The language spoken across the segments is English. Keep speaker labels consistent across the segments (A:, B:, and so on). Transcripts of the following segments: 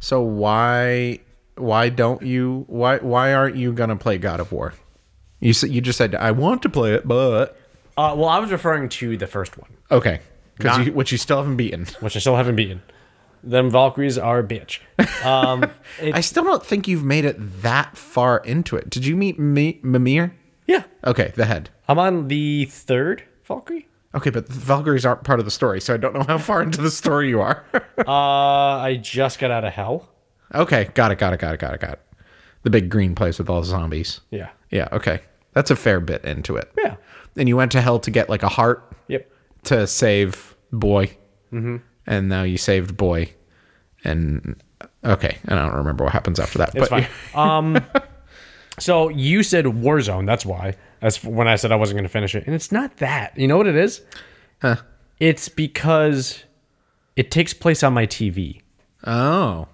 A: So why why don't you why why aren't you gonna play God of War? You said you just said I want to play it, but
B: Uh, well, I was referring to the first one,
A: okay, because
B: Not-
A: you, which you still haven't beaten.
B: which I still haven't beaten. Them Valkyries are a bitch. Um, it,
A: I still don't think you've made it that far into it. Did you meet me, Mimir?
B: yeah,
A: Okay, the head.
B: I'm on the third Valkyrie.
A: Okay, but the Valkyries aren't part of the story, so I don't know how far into the story you are.
B: Uh, I just got out of hell.
A: okay, got it, got it, got it, got it, got it. The big green place with all the zombies.
B: Yeah.
A: Yeah, okay. That's a fair bit into it.
B: Yeah.
A: And you went to hell to get like a heart
B: Yep.
A: to save boy. Mm-hmm. And now you saved boy. And okay, I don't remember what happens after that.
B: It's
A: but
B: fine. um, so you said Warzone. That's why. That's when I said I wasn't going to finish it, and it's not that. You know what it is?
A: Huh.
B: It's because it takes place on my TV,
A: Oh.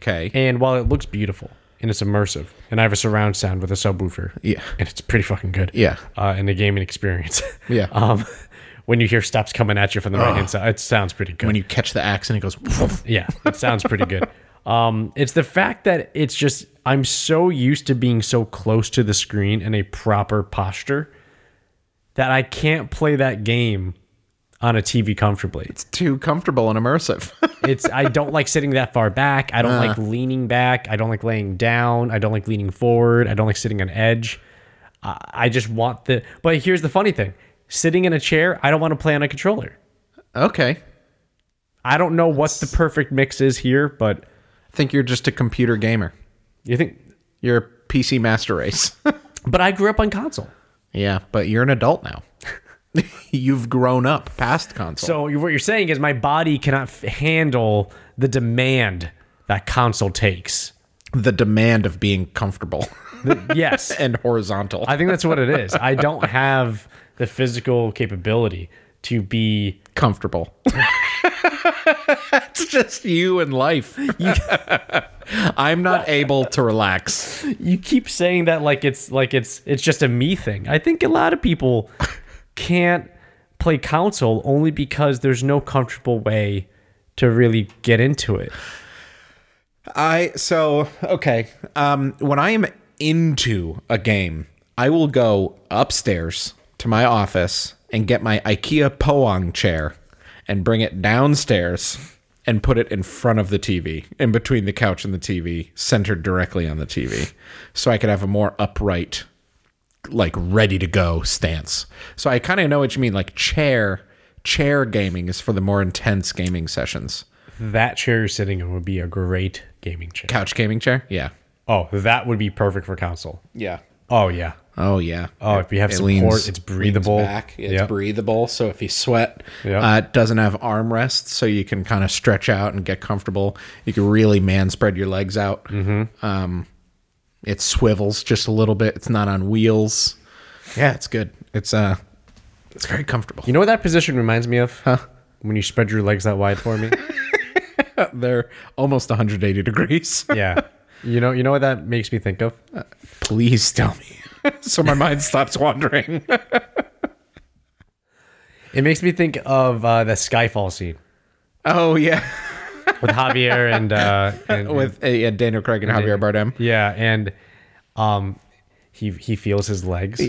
A: Okay.
B: and while it looks beautiful and it's immersive, and I have a surround sound with a subwoofer,
A: Yeah.
B: and it's pretty fucking good,
A: Yeah.
B: uh, and a gaming experience,
A: Yeah.
B: Um, when you hear steps coming at you from the right hand side, it sounds pretty good.
A: When you catch the axe and it goes woof.
B: Yeah, it sounds pretty good. Um, it's the fact that it's just I'm so used to being so close to the screen in a proper posture that I can't play that game on a TV comfortably.
A: it's too comfortable and immersive.
B: It's I don't like sitting that far back. I don't like leaning back. I don't like laying down. I don't like leaning forward. I don't like sitting on edge. I, I just want the. But here's the funny thing: sitting in a chair, I don't want to play on a controller.
A: okay.
B: I don't know what the perfect mix is here, but
A: I think you're just a computer gamer.
B: you think
A: You're a PC master race.
B: But I grew up on console.
A: yeah, but you're an adult now. You've grown up past console.
B: So you- what you're saying is my body cannot f- handle the demand that console takes.
A: the demand of being comfortable
B: The- yes.
A: and horizontal.
B: I think that's what it is. I don't have the physical capability to be
A: comfortable. it's just you and life. I'm not able to relax.
B: you keep saying that like it's like it's it's just a me thing. I think a lot of people can't play console only because there's no comfortable way to really get into it.
A: I so okay. Um, when I am into a game, I will go upstairs to my office and get my IKEA Poang chair and bring it downstairs and put it in front of the TV, in between the couch and the TV, centered directly on the TV, so I could have a more upright like ready to go stance. So I kind of know what you mean. Like chair, chair gaming is for the more intense gaming sessions.
B: That chair you're sitting in would be a great gaming chair.
A: Couch gaming chair, yeah,
B: Oh, that would be perfect for console.
A: yeah.
B: Oh yeah.
A: Oh yeah.
B: Oh, if you have
A: It
B: support, it's breathable.
A: leans back. It's
B: Yep.
A: breathable. So if you sweat,
B: Yep.
A: uh, it doesn't have armrests, so you can kind of stretch out and get comfortable. You can really man spread your legs out.
B: Mm-hmm.
A: Um, it swivels just a little bit. It's not on wheels. Yeah, it's good. It's uh, it's very comfortable.
B: You know what that position reminds me of? Huh? When you spread your legs that wide for me.
A: They're almost 180 degrees.
B: yeah. You know, you know what that makes me think of?
A: Please tell me, so my mind stops wandering.
B: It makes me think of uh, the Skyfall scene
A: oh yeah,
B: with Javier and, uh, and
A: with uh, yeah, Daniel Craig and Javier Bardem.
B: yeah, and um, he he feels his legs.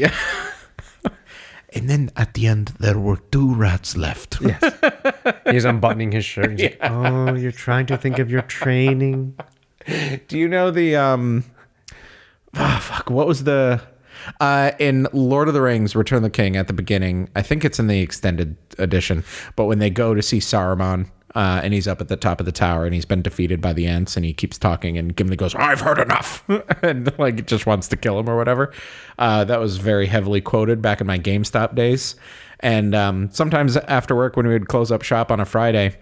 A: And then at the end, there were two rats left.
B: He's unbuttoning his shirt. And he's like, "Oh, you're trying to think of your training."
A: Do you know the um ah, fuck, what was the uh in Lord of the Rings Return of the King at the beginning, I think it's in the extended edition, but when they go to see Saruman uh, and he's up at the top of the tower and he's been defeated by the ants and he keeps talking and Gimli goes, I've heard enough and like just wants to kill him or whatever. Uh, that was very heavily quoted back in my GameStop days. And um, sometimes after work when we would close up shop on a Friday,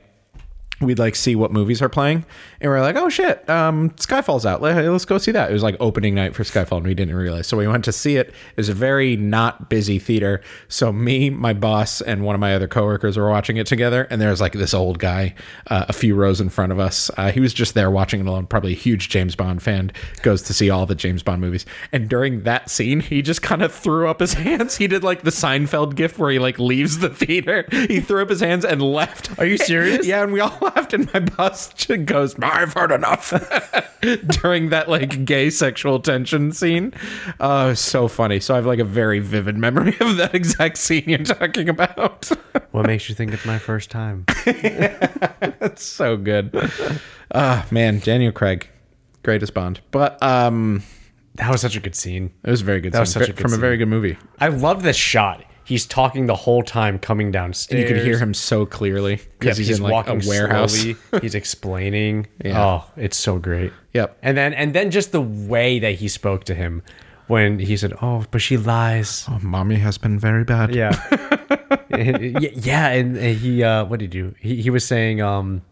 A: we'd like see what movies are playing and we're like oh shit um skyfall's out Let, us go see that it was like opening night for skyfall and we didn't realize so we went to see it it was a very not busy theater so me my boss and one of my other coworkers were watching it together and there was like this old guy uh, a few rows in front of us uh, he was just there watching it alone probably a huge james bond fan goes to see all the james bond movies and during that scene he just kind of threw up his hands he did like the seinfeld gift where he like leaves the theater he threw up his hands and left
B: Are you serious?
A: yeah, and we all laughed, and my boss just goes, "I've heard enough." During that like gay sexual tension scene, uh, it was so funny. So I have like a very vivid memory of that exact scene you're talking about.
B: What makes you think it's my first time?
A: That's so good. Ah, man, Daniel Craig, greatest Bond. But um,
B: That was such a good scene.
A: it was a very good. That
B: was such a good
A: from
B: scene.
A: a very good movie.
B: I love this shot. He's talking the whole time coming downstairs.
A: You could hear him so clearly
B: Yeah,
A: because he's, in like a warehouse.
B: slowly. he's explaining.
A: Yeah.
B: Oh, it's so great.
A: Yep.
B: And then and then just the way that he spoke to him when he said, "Oh, but she lies."
A: Oh, mommy has been very bad.
B: Yeah. And- y- yeah, and and he uh what did he do? He he was saying um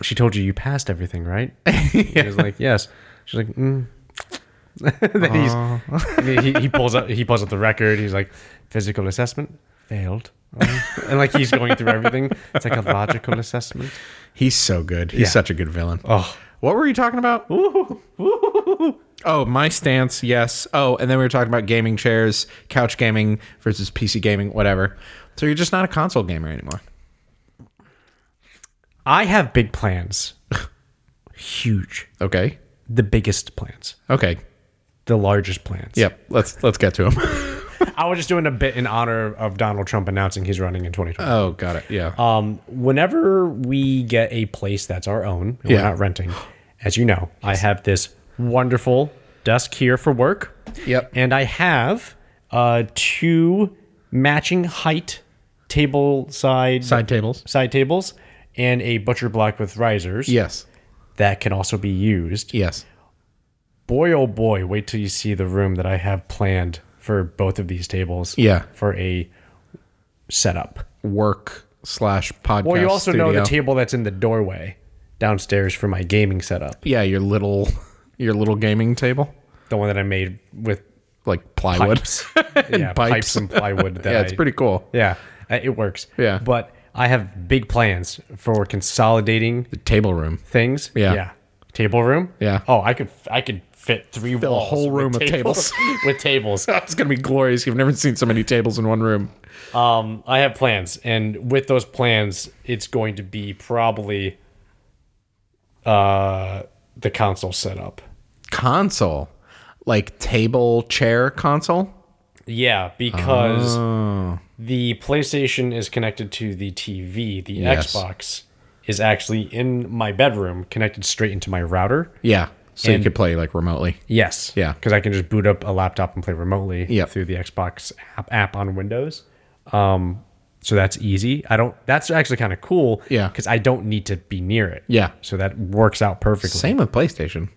B: she told you you passed everything, right? He was like, "Yes." She's like, mm. then he's, and he, he pulls up he pulls up the record. He's like, "Physical assessment failed." Oh. and like he's going through everything. It's like a logical assessment.
A: He's so good. He's
B: Yeah.
A: such a good villain.
B: Oh.
A: What were you talking about? Oh, my stance, yes. Oh, and then we were talking about gaming chairs, couch gaming versus PC gaming, whatever. So you're just not a console gamer anymore.
B: I have big plans. Huge.
A: Okay.
B: The biggest plans.
A: Okay.
B: The largest plans.
A: Yep. Let's let's get to him.
B: I was just doing a bit in honor of Donald Trump announcing he's running in 2020.
A: oh, got it. Yeah.
B: Um, whenever we get a place that's our own, and
A: Yeah.
B: we're not renting, as you know, I have this wonderful desk here for work.
A: Yep.
B: And I have uh, two matching height table side,
A: Side tables.
B: side tables and a butcher block with risers
A: Yes.
B: that can also be used.
A: Yes.
B: boy oh boy wait till you see the room that i have planned for both of these tables
A: Yeah.
B: for a setup
A: Work slash podcast.
B: well you also know the
A: studio.
B: table that's in the doorway downstairs for my gaming setup
A: Yeah, your little your little gaming table.
B: the one that i made with
A: Like plywood.
B: pipes yeah
A: pipes.
B: pipes and plywood that
A: Yeah, it's
B: I-
A: pretty cool.
B: yeah uh, it works
A: Yeah.
B: but i have big plans for consolidating
A: The table room.
B: things
A: Yeah.
B: table room
A: Yeah.
B: oh i could i could fit three
A: a
B: walls
A: whole
B: with
A: room of
B: with tables
A: it's gonna be glorious. You've never seen so many tables in one room.
B: Um, I have plans, and with those plans, it's going to be probably uh, the console setup.
A: Console. Like table, chair, console?
B: Yeah, because
A: Oh.
B: the PlayStation is connected to the TV. The
A: Yes.
B: Xbox is actually in my bedroom, connected straight into my router.
A: Yeah. So
B: And-
A: you could play like remotely.
B: Yes.
A: Yeah.
B: Because I can just boot up a laptop and play remotely
A: Yep.
B: through the Xbox app, app on Windows. Um, so that's easy. I don't. That's actually kind of cool.
A: Yeah.
B: Because I don't need to be near it.
A: Yeah.
B: So that works out perfectly.
A: Same with PlayStation.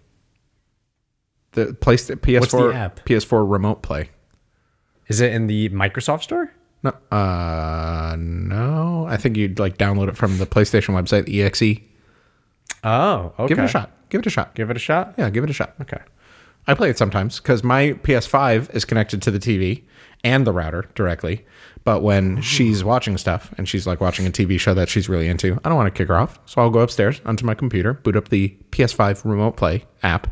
A: The PlayStation PS4
B: the app?
A: PS4 remote play.
B: Is it in the Microsoft store?
A: No, uh, no. I think you'd like download it from the PlayStation website, the EXE.
B: Oh, okay.
A: Give it a shot. Give it a shot.
B: Give it a shot.
A: Yeah, give it a shot.
B: Okay.
A: I play it sometimes because my PS5 is connected to the TV and the router directly. But
B: Mm-hmm.
A: when she's watching stuff and she's like watching a TV show that she's really into, I don't want to kick her off. So I'll go upstairs onto my computer, boot up the PS5 remote play app,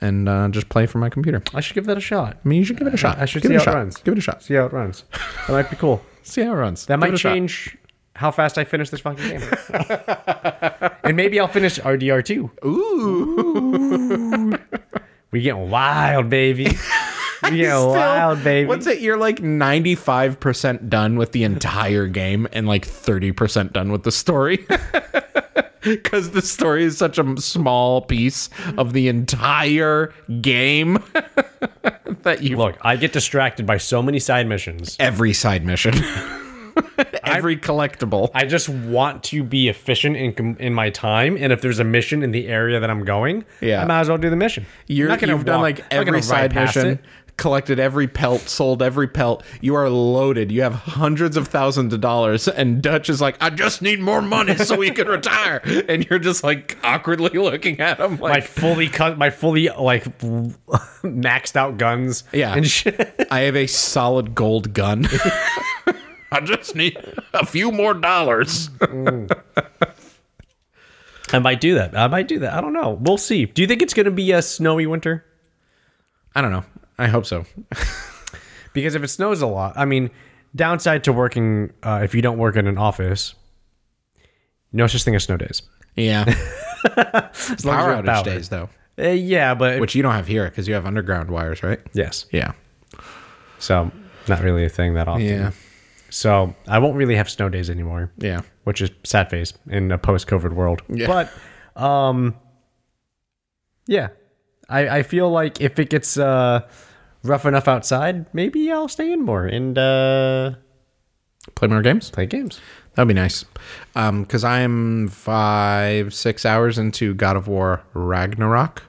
A: and uh, just play from my computer.
B: I should give that a shot.
A: I mean, you should give it a shot.
B: I should
A: give
B: see
A: it a
B: how it
A: shot.
B: runs.
A: Give it a shot.
B: See how it runs. That might be cool.
A: See how it runs.
B: That might
A: it a shot.
B: change how fast I finish this fucking game. and maybe I'll finish RDR too. Ooh. we getting wild, baby. We getting
A: Still,
B: wild, baby.
A: What's it? You're like 95% done with the entire game and like 30% done with the story. Because the story is such a m- small piece of the entire game that you.
B: Look, I get distracted by so many side missions.
A: Every side mission, every collectible.
B: I just want to be efficient in com- in my time, and if there's a mission in the area that I'm going,
A: Yeah.
B: I might as well do the mission.
A: You're,
B: I'm not gonna
A: you've done
B: walk-
A: like
B: I'm not gonna
A: every side
B: ride past
A: mission,
B: it.
A: collected every pelt, sold every pelt. You are loaded. You have hundreds of thousands of dollars. And Dutch is like, I just need more money so we can retire. And you're just like awkwardly looking at him
B: My
A: like,
B: fully cut, my fully like maxed out guns,
A: Yeah.
B: and shit.
A: I have a solid gold gun. I just need a few more dollars.
B: I might do that. I might do that. I don't know. We'll see. Do you think it's gonna be a snowy winter?
A: I don't know. I hope so.
B: Because if it snows a lot, I mean, downside to working uh, if you don't work in an office No such thing as snow days.
A: Yeah.
B: As long as
A: Power
B: you're
A: outage
B: powered.
A: days though,
B: Uh, yeah, but
A: which you don't have here because you have underground wires, right?
B: yes.
A: Yeah.
B: So not really a thing that often.
A: Yeah.
B: So I won't really have snow days anymore.
A: Yeah.
B: Which is sad face in a post COVID world.
A: Yeah.
B: But um yeah. I, I feel like if it gets uh rough enough outside, maybe I'll stay in more and uh
A: Play more games.
B: play games.
A: That'd be nice. Um, because I'm five, six hours into God of War Ragnarok,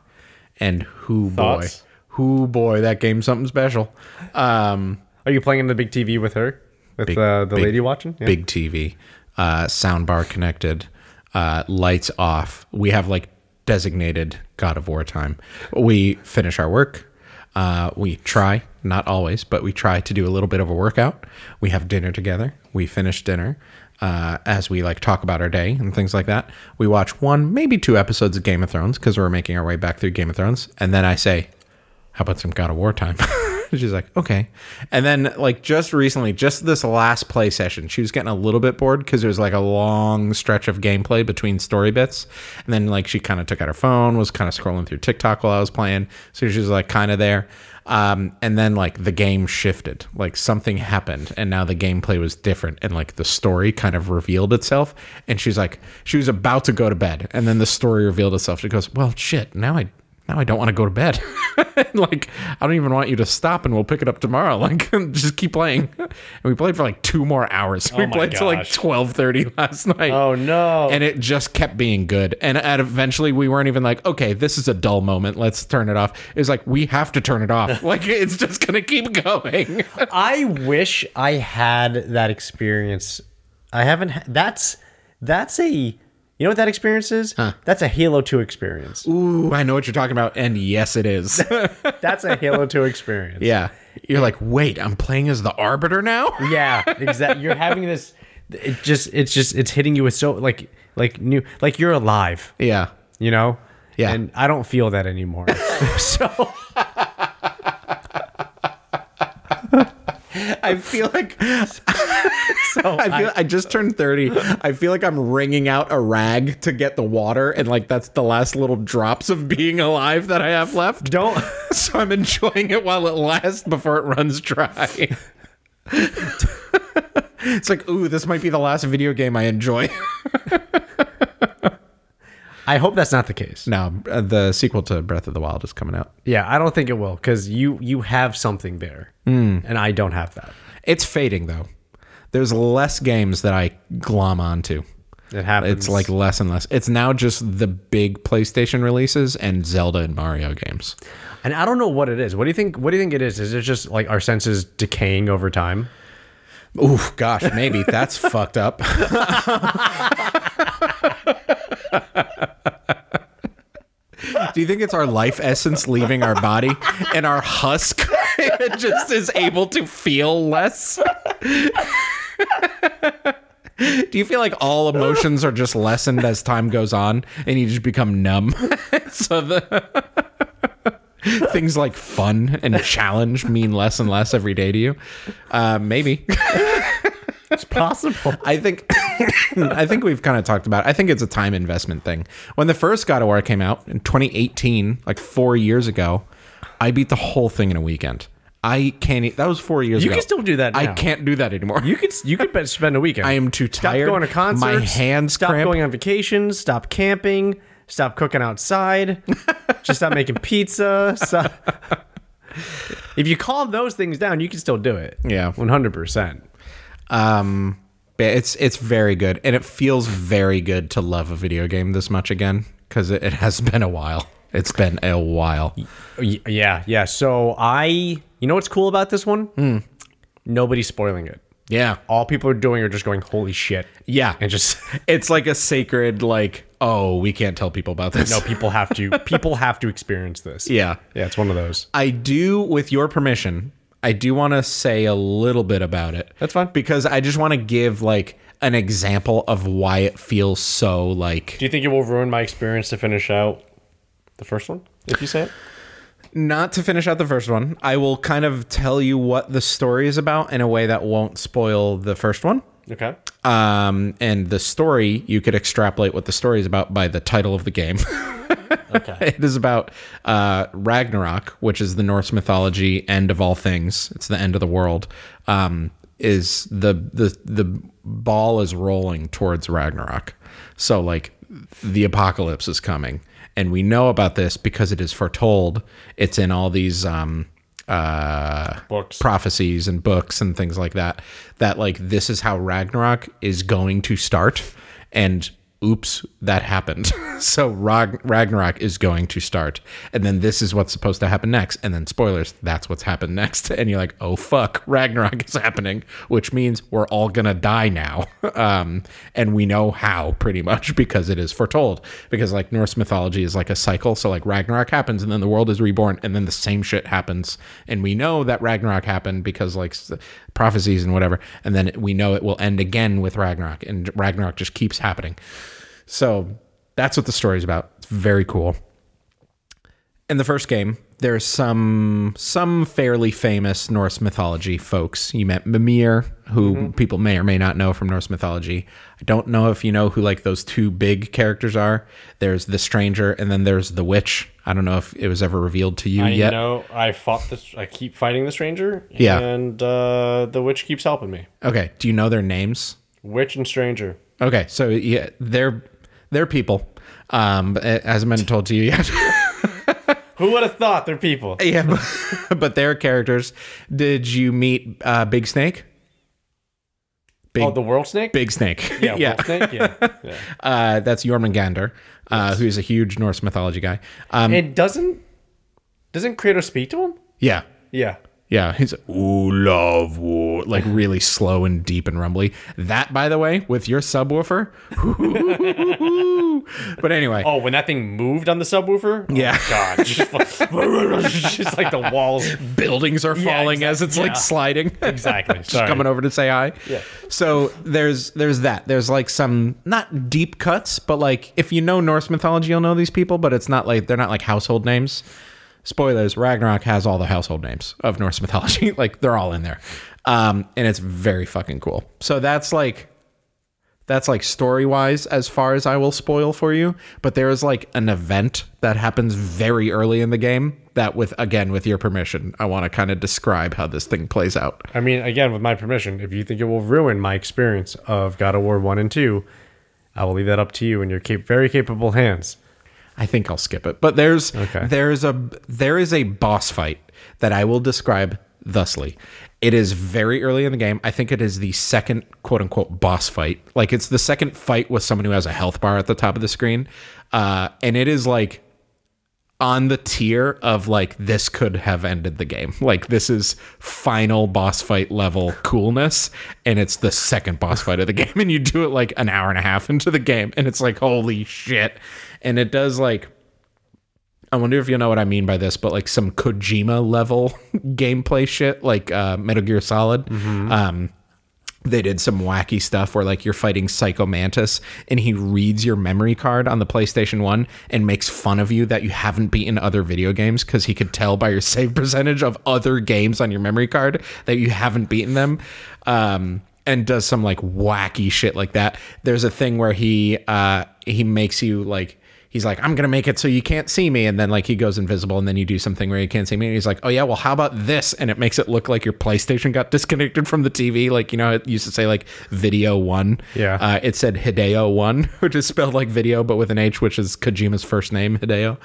A: and who boy,
B: Thoughts?
A: who boy, that game's something special. Um,
B: Are you playing in the big TV with her? With uh, the
A: big-
B: lady watching? Yeah.
A: big TV, uh, soundbar connected, uh, lights off. We have like designated God of War time. We finish our work. Uh, we try, not always, but we try to do a little bit of a workout. We have dinner together. We finish dinner. Uh, as we like talk about our day and things like that, we watch one, maybe two episodes of Game of Thrones because we're making our way back through Game of Thrones. And then I say, how about some God of War time? She's like, okay. And then, like, just recently, just this last play session, she was getting a little bit bored because there was like a long stretch of gameplay between story bits. And then, like, she kind of took out her phone, was kind of scrolling through TikTok while I was playing. So she was like, kind of there. Um, and then, like, the game shifted. Like, something happened. And now the gameplay was different. And, like, the story kind of revealed itself. And she's like, she was about to go to bed. And then the story revealed itself. She goes, well, shit, now I now I don't want to go to bed. like, I don't even want you to stop and we'll pick it up tomorrow. Like, just keep playing. And we played for like two more hours. we
B: my
A: played till like
B: gosh.
A: 12.30 last night.
B: Oh no.
A: And it just kept being good. And at eventually we weren't even like, okay, this is a dull moment. Let's turn it off. It was like, we have to turn it off. like, it's just going to keep going.
B: I wish I had that experience. I haven't. Ha- that's that's a. You know what that experience is? That's a Halo 2 experience.
A: Ooh, I know what you're talking about. And yes, it is.
B: That's a Halo 2 experience.
A: yeah. You're like, wait, I'm playing as the Arbiter now?
B: Yeah, exactly. You're having this. It just, it's just, it's hitting you with so like, like new, like you're alive.
A: yeah.
B: You know.
A: Yeah.
B: And I don't feel that anymore. so
A: I feel like
B: so
A: I feel I, just turned 30. I feel like I'm wringing out a rag to get the water and like that's the last little drops of being alive that I have left.
B: don't.
A: So I'm enjoying it while it lasts before it runs dry. it's like, ooh, this might be the last video game I enjoy.
B: I hope that's not the case.
A: now, uh, the sequel to Breath of the Wild is coming out.
B: Yeah, I don't think it will because you you have something there,
A: Hmm.
B: and I don't have that.
A: It's fading though. There's less games that I glom onto.
B: It happens.
A: It's like less and less. It's now just the big PlayStation releases and Zelda and Mario games.
B: And I don't know what it is. What do you think? What do you think it is? Is it just like our senses decaying over time?
A: Oof, gosh, maybe that's fucked up. Do you think it's our life essence leaving our body and our husk it just is able to feel less? Do you feel like all emotions are just lessened as time goes on and you just become numb? so the things like fun and challenge mean less and less every day to you? Uh, maybe.
B: It's possible.
A: I think I think we've kind of talked about. It. I think it's a time investment thing. When the first God of War came out in 2018, like four years ago, I beat the whole thing in a weekend. I can't. e- That was four years
B: You
A: ago.
B: can still do that
A: I
B: now.
A: can't do that anymore.
B: you could you could bet- spend a weekend.
A: I am too
B: Stop
A: tired.
B: going to concerts.
A: My hands
B: Stop
A: cramp.
B: going on vacations. Stop camping. Stop cooking outside. just stop making pizza. Stop. if you calm those things down, you can still do it.
A: Yeah.
B: one hundred percent.
A: Um, but it's it's very good, and it feels very good to love a video game this much again because it, it has been a while. It's been a while.
B: Yeah, yeah. So I, you know what's cool about this one?
A: Hmm.
B: Nobody's spoiling it.
A: Yeah,
B: All people are doing are just going, "Holy shit!"
A: yeah.
B: and just
A: It's like a sacred like. Oh, we can't tell people about this.
B: No, people have to people have to experience this.
A: Yeah.
B: Yeah, it's one of those.
A: I do, with your permission, I do want to say a little bit about it.
B: That's fine.
A: Because I just want to give like an example of why it feels so like
B: Do you think it will ruin my experience to finish out the first one? If you say it?
A: not to finish out the first one. I will kind of tell you what the story is about in a way that won't spoil the first one.
B: Okay.
A: um, and the story you could extrapolate what the story is about by the title of the game.
B: Okay.
A: it is about uh, Ragnarok, which is the Norse mythology end of all things. It's the end of the world. Um, is the the the ball is rolling towards Ragnarok, so like the apocalypse is coming, and we know about this because it is foretold. It's in all these. Um, uh,
B: Books.
A: prophecies and books and things like that that like this is how Ragnarok is going to start and oops that happened so Rag- Ragnarok is going to start and then this is what's supposed to happen next and then spoilers that's what's happened next and you're like oh fuck Ragnarok is happening which means we're all gonna die now um and we know how pretty much because it is foretold because like Norse mythology is like a cycle so like Ragnarok happens and then the world is reborn and then the same shit happens and we know that Ragnarok happened because like s- prophecies and whatever and then we know it will end again with Ragnarok and Ragnarok just keeps happening so that's what the story's about it's very cool in the first game, there's some some fairly famous Norse mythology folks. You met Mimir, who people may or may not know from Norse mythology. I don't know if you know who like those two big characters are. There's the stranger, and then there's the witch. I don't know if it was ever revealed to you
B: I
A: yet.
B: know I fought this. I keep fighting the stranger.
A: Yeah.
B: And uh, the witch keeps helping me.
A: Okay, do you know their names?
B: Witch and stranger.
A: Okay, so yeah, they're they're people. Um, it hasn't been told to you yet.
B: Who would have thought they're people?
A: yeah, but, but they're characters. Did you meet uh, Big Snake? Big
B: oh, the world snake.
A: Big Snake.
B: yeah. World snake. Yeah. yeah.
A: Uh, that's Jormungandr, uh, who's a huge Norse mythology guy. Um,
B: And doesn't doesn't Kratos speak to him?
A: yeah,
B: Yeah.
A: yeah. He's ooh love war, like really slow and deep and rumbly. That, by the way, with your subwoofer. but anyway,
B: Oh, when that thing moved on the subwoofer. Oh,
A: Yeah.
B: God. Just like, just like the walls.
A: buildings are falling
B: exac-
A: as it's
B: yeah.
A: like sliding.
B: Exactly.
A: just
B: Sorry.
A: coming over to say hi.
B: Yeah.
A: So there's there's that. There's like some not deep cuts, but like if you know Norse mythology, you'll know these people. But it's not like they're not like household names. Spoilers: Ragnarok has all the household names of Norse mythology. like they're all in there, um, and it's very fucking cool. So that's like that's like story wise as far as I will spoil for you. But there is like an event that happens very early in the game that, with again, with your permission, I want to kind of describe how this thing plays out.
B: I mean, again, with my permission, if you think it will ruin my experience of God of War 1 and 2, I will leave that up to you in your cap- very capable hands.
A: I think I'll skip it. But there's
B: Okay.
A: there's a there is a boss fight that I will describe thusly. It is very early in the game. I think it is the second quote unquote boss fight. Like it's the second fight with someone who has a health bar at the top of the screen. Uh, and it is like on the tier of like this could have ended the game. Like this is final boss fight level coolness and it's the second boss fight of the game and you do it like an hour and a half into the game and it's like holy shit. And it does like I wonder if you know what I mean by this, but like some Kojima level gameplay shit, like uh, Metal Gear Solid. Um, they did some wacky stuff where like you're fighting Psycho Mantis and he reads your memory card on the PlayStation 1 and makes fun of you that you haven't beaten other video games because he could tell by your save percentage of other games on your memory card that you haven't beaten them. Um, and does some like wacky shit like that. There's a thing where he uh, he makes you like he's like, I'm gonna make it so you can't see me, and then like he goes invisible, and then you do something where you can't see me, and he's like, oh yeah, well how about this? And it makes it look like your PlayStation got disconnected from the TV, like you know it used to say like Video One,
B: Yeah.
A: Uh, it said Hideo One, which is spelled like video but with an H, which is Kojima's first name, Hideo.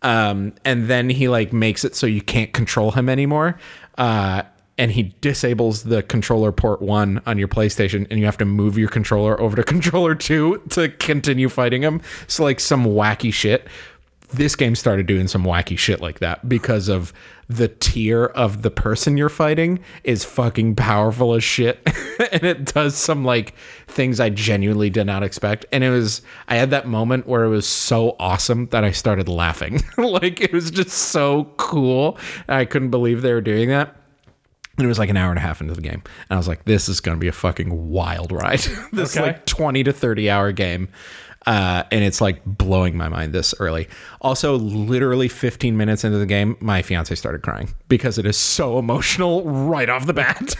A: Um, and then he like makes it so you can't control him anymore. Uh, and he disables the controller port one on your PlayStation, and you have to move your controller over to controller two to continue fighting him. So, like, some wacky shit. This game started doing some wacky shit like that because of the tier of the person you're fighting is fucking powerful as shit. and it does some like things I genuinely did not expect. And it was, I had that moment where it was so awesome that I started laughing. like, it was just so cool. I couldn't believe they were doing that. And it was like an hour and a half into the game. And I was like, this is going to be a fucking wild ride. this
B: Okay.
A: like 20 to 30 hour game. Uh, and it's like blowing my mind this early. Also, literally 15 minutes into the game, my fiance started crying because it is so emotional right off the bat.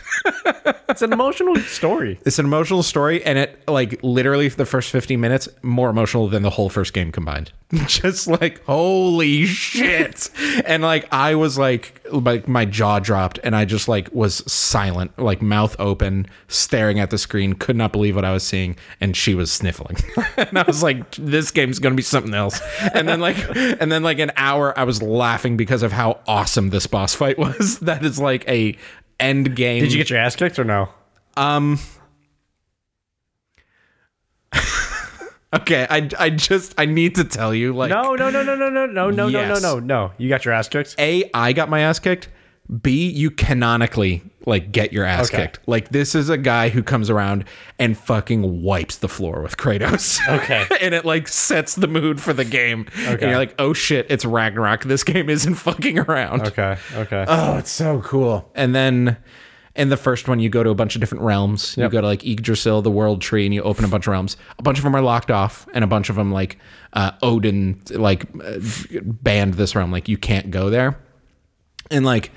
B: It's an emotional story.
A: it's an emotional story, and it like literally for the first 15 minutes more emotional than the whole first game combined. Just like holy shit, and like I was like like my jaw dropped, and I just like was silent, like mouth open, staring at the screen, could not believe what I was seeing, and she was sniffling, and I was like, this game's gonna be something else. And then like and then like an hour, I was laughing because of how awesome this boss fight was. that is like a end game.
B: Did you get your ass kicked or no?
A: Okay, I, I just I need to tell you like
B: No, no, no, no, no, no, no, no, no, no,
A: Yes.
B: no, no. You got your ass kicked.
A: A I got my ass kicked. B you canonically like get your ass
B: Okay.
A: kicked. Like this is a guy who comes around and fucking wipes the floor with Kratos.
B: Okay.
A: and it like sets the mood for the game. And you're like, "Oh shit, it's Ragnarok. This game isn't fucking around."
B: Okay, okay.
A: Oh, it's so cool. And then in the first one, you go to a bunch of different realms. You go to like Yggdrasil, the world tree, and you open a bunch of realms. A bunch of them are locked off, and a bunch of them, like uh, Odin, like uh, banned this realm. Like, you can't go there. And like,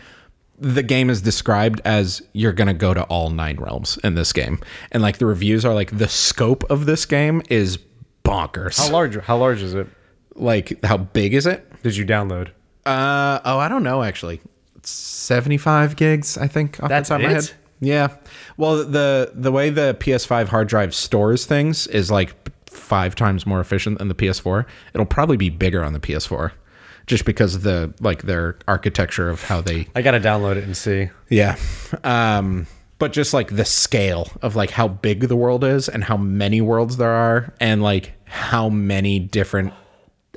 A: the game is described as you're going to go to all nine realms in this game. And like, the reviews are like, the scope of this game is bonkers.
B: how large? How large is it?
A: like, how big is it?
B: Did you download?
A: Uh oh, I don't know actually. It's 75 gigs, I think, off
B: That's
A: the top of my
B: it?
A: head. Yeah. Well, the the way the PS5 hard drive stores things is like five times more efficient than the PS4. It'll probably be bigger on the PS4 just because of the like their architecture of how they
B: I gotta download it and see.
A: yeah. Um, but just like the scale of like how big the world is and how many worlds there are and like how many different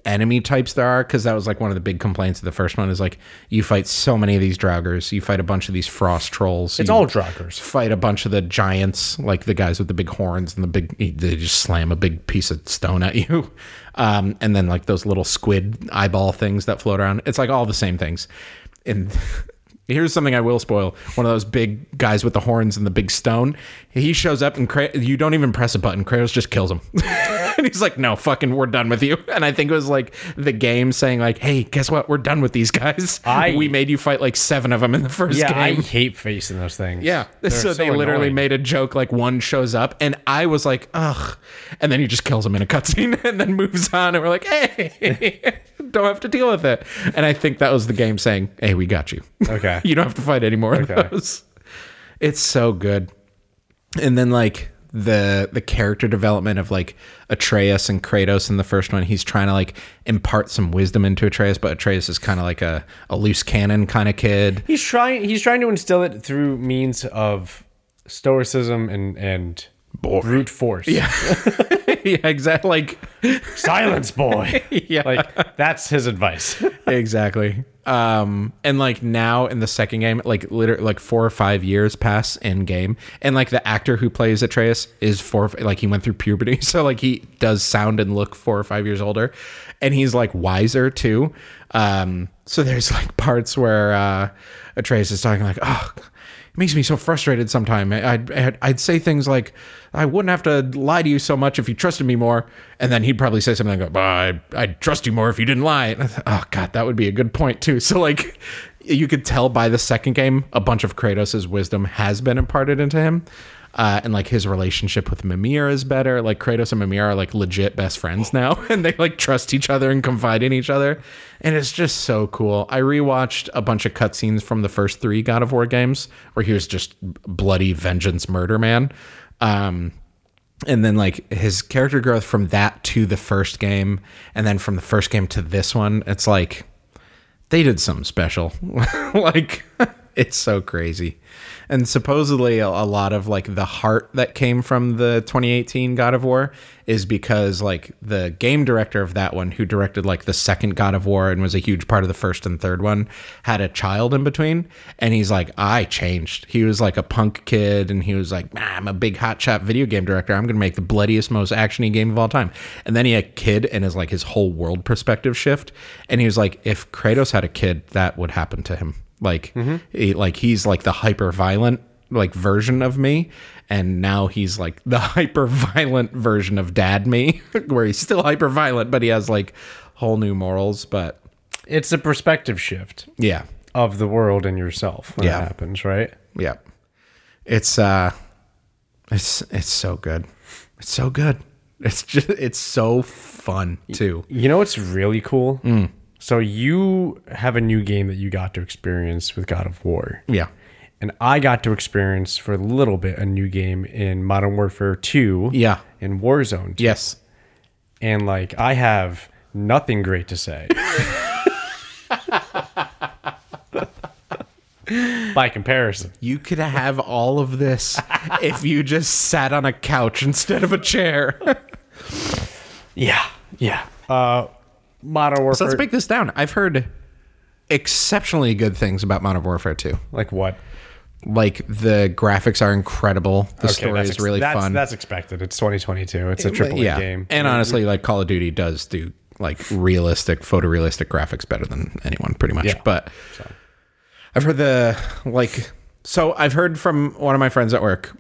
A: enemy types there are because that was like one of the big complaints of the first one is like you fight so many of these draugrs you fight a bunch of these frost trolls
B: It's all Draugrs.
A: fight a bunch of the giants like the guys with the big horns and the big they just slam a big piece of stone at you um, and then like those little squid eyeball things that float around it's like all the same things and here's something i will spoil one of those big guys with the horns and the big stone he shows up and Kra- you don't even press a button kratos just kills him and he's like no fucking we're done with you and i think it was like the game saying like hey guess what we're done with these guys
B: I-
A: we made you fight like seven of them in the first
B: Yeah,
A: game
B: I hate facing those things.
A: yeah.
B: They're
A: so, they literally
B: annoying.
A: made a joke like one shows up and I was like, ugh. And then he just kills him in a cutscene and then moves on. And we're like, hey, don't have to deal with it. And I think that was the game saying, hey, we got you.
B: Okay.
A: you don't have to fight any more
B: Okay.
A: of those. It's so good. And then like the the character development of like Atreus and Kratos in the first one, he's trying to like impart some wisdom into Atreus, but Atreus is kind of like a, a loose cannon kind of kid.
B: He's trying. He's trying to instill it through means of stoicism and and brute force. Yeah,
A: yeah, exactly. Like
B: silence, boy.
A: Yeah.
B: like that's his advice.
A: exactly. Um, and like now in the second game, like literally like four or five years pass in game, and like the actor who plays Atreus is four, like he went through puberty, so like he does sound and look four or five years older, and he's like wiser too. Um, so there's like parts where uh, Atreus is talking like, oh. It makes me so frustrated sometimes. I'd, I'd, I'd say things like, I wouldn't have to lie to you so much if you trusted me more. And then he'd probably say something like, "Well, I, I'd trust you more if you didn't lie. And I thought, oh, God, that would be a good point, too. So, like, you could tell by the second game, a bunch of Kratos' wisdom has been imparted into him. Uh, and like his relationship with Mimir is better. Like Kratos and Mimir are like legit best friends now, and they like trust each other and confide in each other, and it's just so cool. I rewatched a bunch of cutscenes from the first three God of War games, where he was just bloody vengeance murder man, um, and then like his character growth from that to the first game, and then from the first game to this one, it's like they did something special. like it's so crazy. And supposedly a, a lot of like the heart that came from the 2018 God of War is because like the game director of that one who directed like the second God of War and was a huge part of the first and third one had a child in between and he's like I changed. He was like a punk kid and he was like "Nah, I'm a big hotshot video game director. I'm going to make the bloodiest most actiony game of all time. And then he had a kid and his like his whole world perspective shift and he was like if Kratos had a kid that would happen to him. Like he, like he's like the hyper violent like version of me and now he's like the hyper violent version of dad me where he's still hyper violent but he has like whole new morals but
B: It's a perspective shift
A: yeah
B: of the world and yourself when
A: Yeah.
B: it happens, right?
A: yeah it's uh it's it's so good it's so good it's just it's so fun too
B: You know what's really cool?
A: Mm.
B: So you have a new game that you got to experience with God of War.
A: yeah
B: And I got to experience for a little bit a new game in Modern Warfare 2
A: yeah
B: in Warzone 2.
A: yes
B: And like I have nothing great to say. By comparison.
A: You could have all of this if you just sat on a couch instead of a chair.
B: Yeah. Yeah. Uh Modern Warfare
A: so let's break this down. I've heard exceptionally good things about Modern Warfare 2.
B: like what?
A: Like the graphics are incredible. The story
B: that's
A: is
B: ex-
A: really
B: that's,
A: fun.
B: That's expected. It's 2022. It's a triple A
A: yeah.
B: game.
A: And honestly, like Call of Duty does do like realistic, photorealistic graphics better than anyone pretty much.
B: Yeah.
A: But I've heard the like so I've heard from one of my friends at work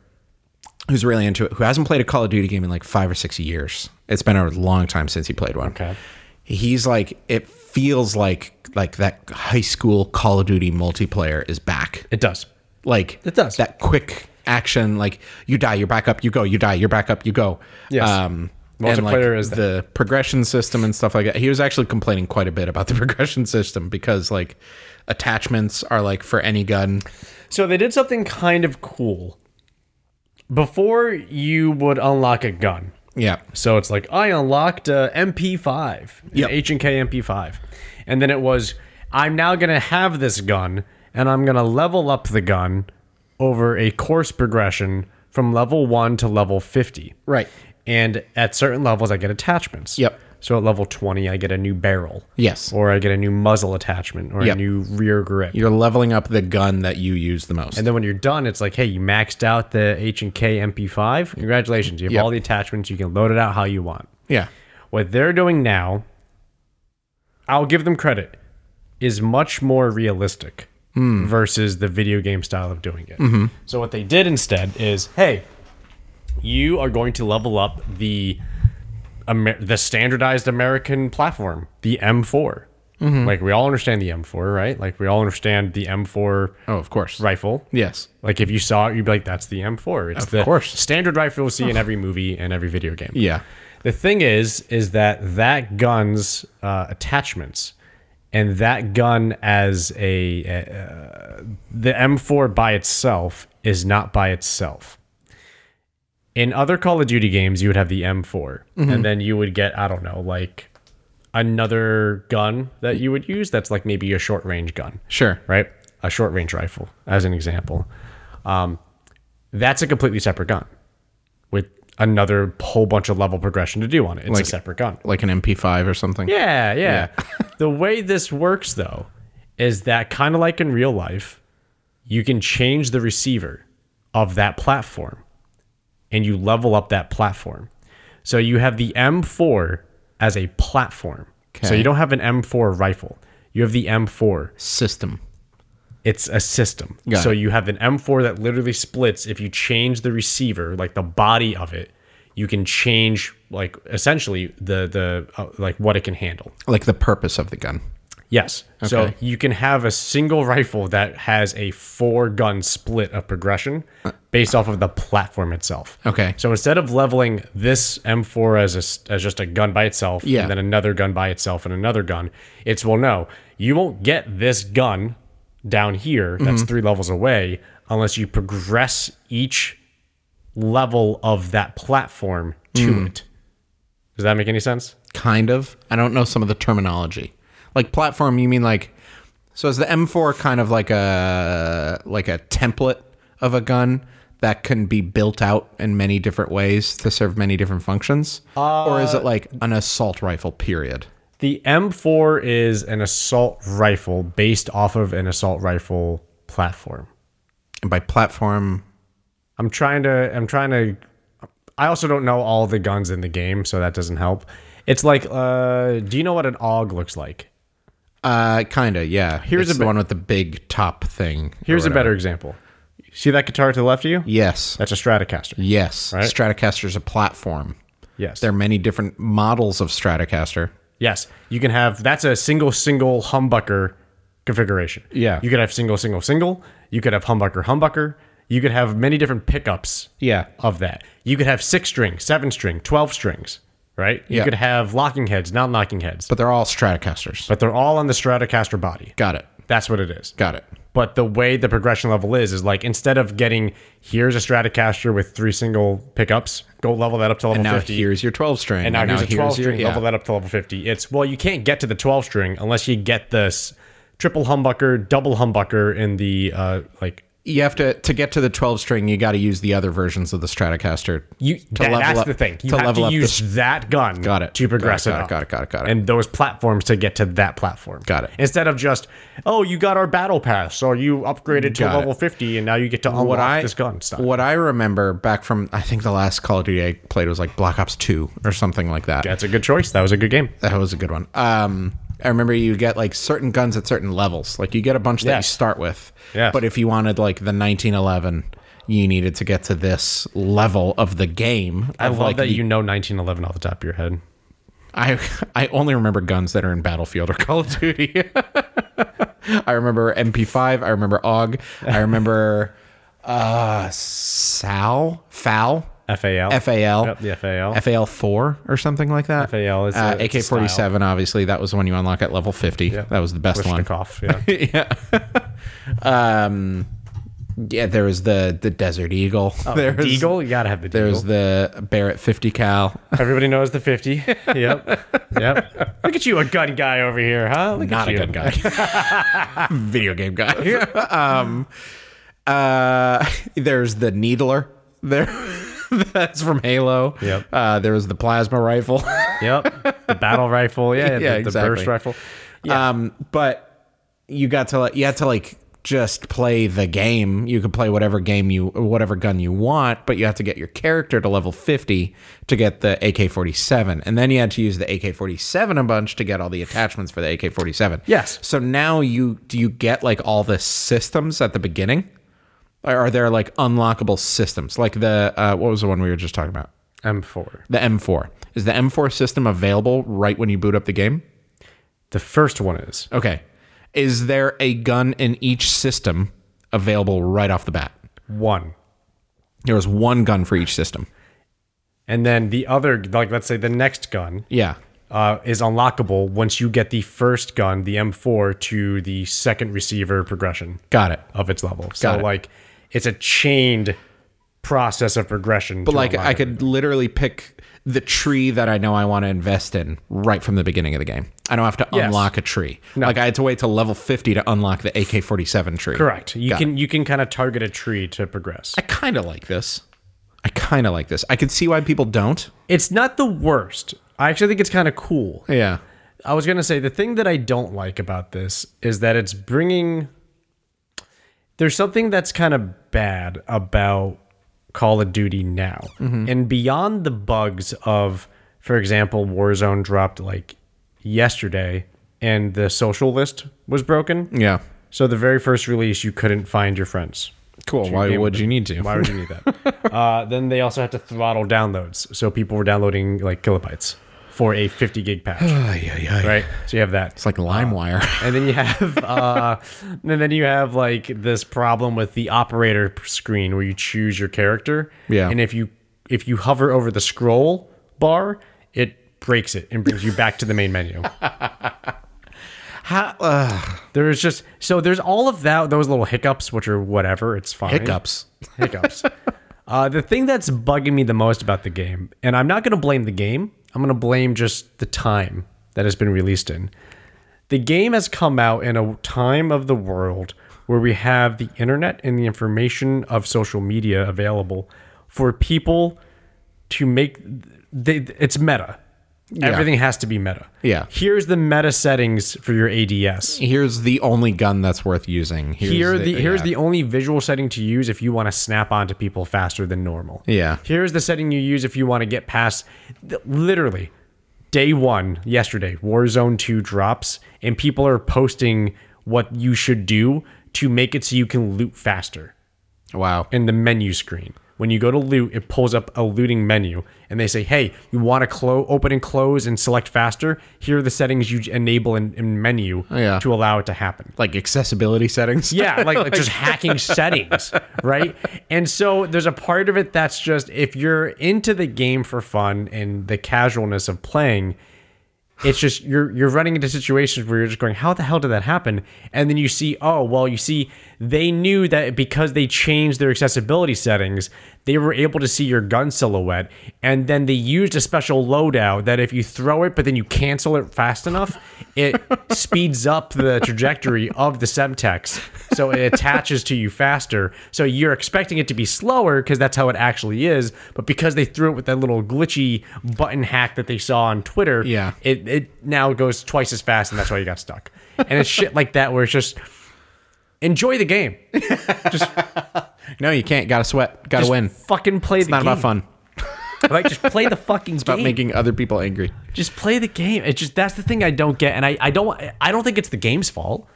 A: who's really into it, who hasn't played a Call of Duty game in like five or six years. It's been a long time since he played one.
B: Okay.
A: He's like it feels like like that high school Call of Duty multiplayer is back
B: It does.
A: like
B: It does.
A: that quick action like you die you're back up you go you die you're back up you go
B: Yes.
A: um and like
B: Multiplayer is that.
A: the progression system and stuff like that he was actually complaining quite a bit about the progression system because like attachments are like for any gun
B: So they did something kind of cool. Before you would unlock a gun.
A: yeah
B: So it's like I unlocked uh, a MP5,
A: Yep.
B: an H&K MP5. And then it was I'm now going to have this gun and I'm going to level up the gun over a course progression from level 1 to level 50.
A: right
B: And at certain levels I get attachments.
A: Yep.
B: So at level 20 I get a new barrel.
A: yes
B: Or I get a new muzzle attachment or
A: Yep.
B: a new rear grip.
A: you're leveling up the gun that you use the most
B: And then when you're done, it's like, hey, you maxed out the H and K MP5. Congratulations, you have
A: Yep.
B: all the attachments. You can load it out how you want.
A: yeah
B: What they're doing now, I'll give them credit, is much more realistic versus the video game style of doing it. So what they did instead is, hey, you are going to level up the Amer- the standardized American platform, the M4. Like we all understand the M4, right? Like we all understand the M4
A: oh of course
B: rifle.
A: yes
B: Like if you saw it, you'd be like, "That's the M4." It's the
A: course.
B: standard rifle you see in every movie and every video game.
A: yeah
B: The thing is, is that that gun's uh, attachments and that gun as a uh, the M4 by itself is not by itself. In other Call of Duty games, you would have the M4, and then you would get I don't know like another gun that you would use that's like maybe a short range gun
A: sure
B: right? A short range rifle, as an example. Um, that's a completely separate gun with another whole bunch of level progression to do on it. It's a separate gun.
A: like an mp5 or something
B: Yeah, yeah. the way this works, though, is that kind of like in real life, you can change the receiver of that platform and you level up that platform. So you have the M4 as a platform. So
A: Okay.
B: you don't have an M4 rifle, you have the M4
A: system
B: it's a system.
A: Got
B: so
A: it.
B: you have an M4 that literally splits. If you change the receiver, like the body of it, you can change like essentially the the uh, like what it can handle.
A: like the purpose of the gun
B: Yes. So
A: Okay.
B: you can have a single rifle that has a four gun split of progression based off of the platform itself.
A: okay
B: So instead of leveling this M4 as a s as just a gun by itself,
A: Yeah.
B: and then another gun by itself, and another gun, it's well, no, you won't get this gun down here that's three levels away unless you progress each level of that platform to it. Does that make any sense?
A: kind of. I don't know some of the terminology. Like platform, you mean like so is the M4 kind of like a like a template of a gun that can be built out in many different ways to serve many different functions? or
B: Uh,
A: is it like an assault rifle period?
B: The M4 is an assault rifle based off of an assault rifle platform.
A: And by platform,
B: I'm trying to. I'm trying to. I also don't know all the guns in the game, so that doesn't help. It's like, uh, do you know what an AUG looks like?
A: uh kind of, yeah. Here's
B: a
A: the
B: bit-
A: one with the big top thing. or
B: Here's a
A: whatever.
B: better example. See that guitar to the left of you?
A: Yes.
B: That's a Stratocaster.
A: Yes.
B: Right?
A: Stratocaster is a platform.
B: Yes.
A: There are many different models of Stratocaster.
B: Yes, you can have that's a single single humbucker configuration.
A: Yeah.
B: you could have single single single. You could have humbucker humbucker. You could have many different pickups.
A: Yeah.
B: of that you could have six string, seven string, twelve strings. Right. You
A: Yeah.
B: could have locking heads, not knocking heads, but,
A: But they're all Stratocasters.
B: they're all on the Stratocaster body.
A: Got it.
B: That's what it is.
A: Got it.
B: But the way the progression level is is like instead of getting here's a Stratocaster with three single pickups, go level that up to level
A: Now
B: fifty.
A: here's your 12 string.
B: And now, here's a 12
A: your-
B: string.
A: yeah.
B: Level that up to level 50. It's, well, you can't get to the 12 string unless you get this triple humbucker, double humbucker, and the, uh, like,
A: You have to to get to the 12 string. You got to use the other versions of the Stratocaster.
B: you, that-
A: level
B: that's
A: up-
B: the thing. You
A: to
B: have
A: level
B: to
A: up the
B: use that gun
A: Got it.
B: to progress
A: Got it,
B: it, up.
A: got it, got it, got it, got it.
B: And those platforms to get to that platform.
A: Got it.
B: Instead of just, oh, you got our battle pass, so you upgraded to
A: Got it.
B: level 50, and now you get to unlock
A: what I
B: this gun stuff.
A: what I remember back from I think the last Call of Duty I played was like Black Ops 2 or something like that.
B: that's a good choice. That was a good game.
A: That was a good one. Um, I remember you get like certain guns at certain levels. Like you get a bunch that you
B: Yes.
A: start with.
B: Yes.
A: But if you wanted like the 1911, you needed to get to this level of the game.
B: I love
A: like
B: that
A: the-
B: you know 1911 off the top of your head.
A: I I only remember guns that are in Battlefield or Call of Duty. I remember MP5. I remember AUG. I remember uh, Sal Foul.
B: FAL.
A: FAL.
B: Yep, the FAL.
A: FAL 4 or something like that.
B: FAL is a-
A: uh,
B: it's a
A: AK 47, obviously. That was the one you unlock at level 50. That was the best one.
B: Kalashnikov, yeah.
A: yeah. um, yeah, there was the, the Desert Eagle. there was,
B: Deagle, you gotta have Oh, the
A: There
B: Deagle.
A: was the Barrett 50 cal.
B: Everybody knows the fifty. Yep, yep. Look at you, a gun guy over here, huh? Look
A: Not
B: at
A: a
B: you.
A: good guy. Video game guy. um, uh, there's the Needler. There. That's from Halo.
B: Yep.
A: Uh, there was the plasma rifle.
B: Yep, the battle rifle. Yeah, yeah,
A: Yeah,
B: the,
A: exactly.
B: the burst rifle.
A: Um, but you got to like you had to like just play the game. You could play whatever game you whatever gun you want, but you had to get your character to level 50 to get the AK-47. And then you had to use the AK-47 a bunch to get all the attachments for the AK-47.
B: Yes.
A: So now you do you get like all the systems at the beginning? Or are there like unlockable systems? Like the uh, what was the one we were just talking about?
B: M four.
A: The M4. Is the M4 system available right when you boot up the game?
B: The first one is
A: Okay. Is there a gun in each system available right off the bat?
B: one,
A: There was one gun for each system.
B: and then the other, like let's say the next gun,
A: Yeah.
B: uh, is unlockable once you get the first gun, the M four, to the second receiver progression
A: Got it.
B: of its level. So
A: Got it.
B: like, it's a chained process of progression.
A: But like I could literally pick the tree that I know I want to invest in right from the beginning of the game. I don't have to
B: Yes.
A: unlock a tree. Like I had to wait till level 50 to unlock the AK-47 tree.
B: Correct. You
A: Got
B: can you can kind of target a tree to progress.
A: I kind of like this. I kind of like this. I could see why people don't.
B: It's not the worst. I actually think it's kind of cool.
A: Yeah.
B: I was going to say the thing that I don't like about this is that it's bringing there's something that's kind of bad about Call of Duty now.
A: Mm-hmm.
B: And beyond the bugs of for example Warzone dropped like yesterday and the social list was broken.
A: Yeah.
B: So the very first release you couldn't find your friends.
A: Cool. Why
B: game
A: would
B: with
A: you need to?
B: Why would you need that? uh, then they also had to throttle downloads, so people were downloading like kilobytes for a 50 gig patch,
A: Ay, ay, ay.
B: right? So you have that,
A: It's like LimeWire.
B: and then you have, uh, and then you have like this problem with the operator screen where you choose your character,
A: Yeah.
B: and if you if you hover over the scroll bar, it breaks it and brings you back to the main menu.
A: How, uh,
B: There's just so there's all of that those little hiccups, which are whatever, it's fine.
A: hiccups.
B: hiccups. uh, the thing that's bugging me the most about the game, and I'm not going to blame the game, I'm going to blame just the time that it's been released in. The game has come out in a time of the world where we have the internet and the information of social media available for people to make. They, it's meta. Everything has to be meta.
A: Yeah.
B: Here's the meta settings for your ADS
A: here's the only gun that's worth using. Here's
B: here the, here's
A: yeah.
B: the only visual setting to use if you want to snap onto people faster than normal.
A: Yeah.
B: Here's the setting you use if you want to get past th- literally day 1 yesterday Warzone 2 drops and people are posting what you should do to make it so you can loot faster.
A: Wow.
B: in the menu screen. When you go to loot, it pulls up a looting menu, and they say, "Hey, you want to close, open and close, and select faster? Here are the settings you enable in, in menu
A: yeah.
B: to allow it to happen."
A: Like accessibility settings.
B: Yeah, like, like just hacking settings, right? And so there's a part of it that's just if you're into the game for fun and the casualness of playing, it's just you're you're running into situations where you're just going, how the hell did that happen? And then you see, oh well, you see they knew that because they changed their accessibility settings, they were able to see your gun silhouette, and then they used a special loadout that if you throw it but then you cancel it fast enough, it speeds up the trajectory of the subtext, so it attaches to you faster. So you're expecting it to be slower because that's how it actually is, but because they threw it with that little glitchy button hack that they saw on Twitter,
A: Yeah.
B: it it now goes twice as fast, and that's why you got stuck. And it's shit like that where it's just enjoy the game,
A: No, you can't. Gotta sweat. Gotta
B: Just
A: win.
B: fucking play the
A: Not
B: game.
A: about fun.
B: Like just play the fucking game.
A: About making other people angry.
B: just play the game. It's just that's the thing I don't get, and I I don't I don't think it's the game's fault.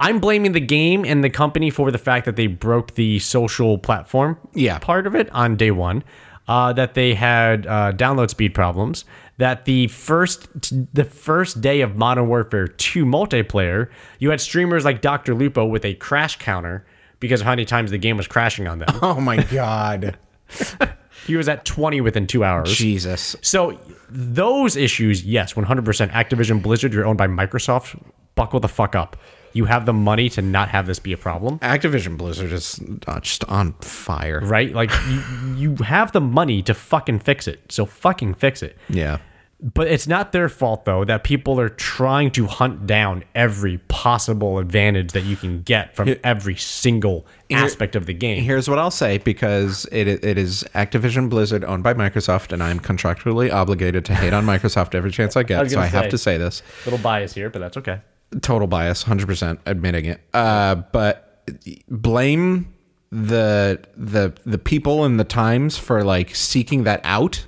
B: I'm blaming the game and the company for the fact that they broke the social platform
A: Yeah.
B: part of it on day one. Uh, that they had uh, download speed problems. That the first the first day of Modern Warfare 2 multiplayer, you had streamers like Dr. Lupo with a crash counter because of how many times the game was crashing on them.
A: Oh my god.
B: he was at 20 within two hours.
A: Jesus.
B: So those issues, yes, 100%. Activision Blizzard, you're owned by Microsoft. Buckle the fuck up. You have the money to not have this be a problem,
A: Activision Blizzard is uh, just on fire.
B: right? Like you, you have the money to fucking fix it. So fucking fix it.
A: Yeah.
B: But it's not their fault though that people are trying to hunt down every possible advantage that you can get from every single aspect of the game.
A: Here's what I'll say because it it is Activision Blizzard owned by Microsoft, and I'm contractually obligated to hate on Microsoft every chance I get.
B: was
A: so
B: gonna
A: I have
B: say.
A: to say this.
B: Little bias here, but that's okay.
A: total bias 100% admitting it uh, but blame the the the people and the times for like seeking that out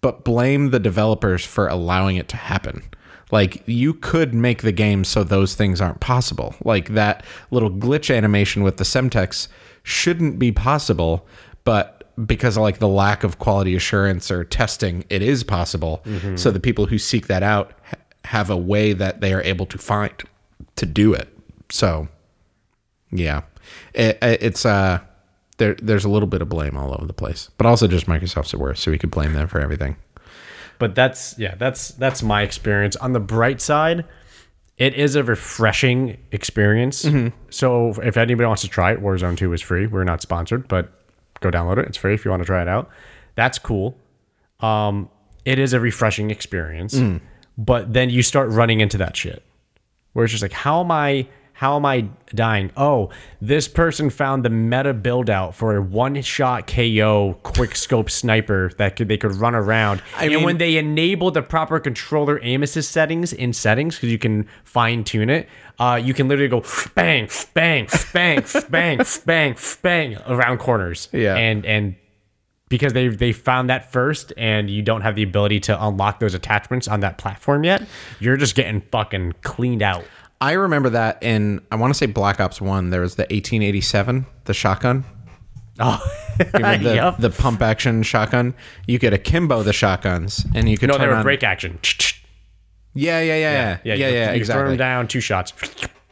A: but blame the developers for allowing it to happen like you could make the game so those things aren't possible like that little glitch animation with the semtex shouldn't be possible but because of like the lack of quality assurance or testing it is possible so the people who seek that out ha- have a way that they are able to find to do it so yeah it, it- it's uh there, there's a little bit of blame all over the place but also just microsoft's at worst so we could blame them for everything
B: but that's yeah that's that's my experience on the bright side it is a refreshing experience so if anybody wants to try it warzone 2 is free we're not sponsored but go download it it's free if you want to try it out that's cool um it is a refreshing experience but then you start running into that shit where it's just like how am i how am i dying oh this person found the meta build out for a one shot ko quick scope sniper that could, they could run around and
A: mean-
B: when they enable the proper controller aim assist settings in settings because you can fine tune it uh, you can literally go bang bang bang bang bang bang around corners
A: Yeah.
B: and and because they they found that first and you don't have the ability to unlock those attachments on that platform yet you're just getting fucking cleaned out
A: i remember that in i want to say black ops 1 there was the 1887 the shotgun
B: oh
A: You remember the,
B: Yep.
A: the pump action shotgun you could akimbo the shotguns and you could
B: no
A: turn
B: they were
A: on-
B: break action
A: yeah yeah yeah yeah yeah, yeah,
B: you, you throw
A: exactly
B: them down two shots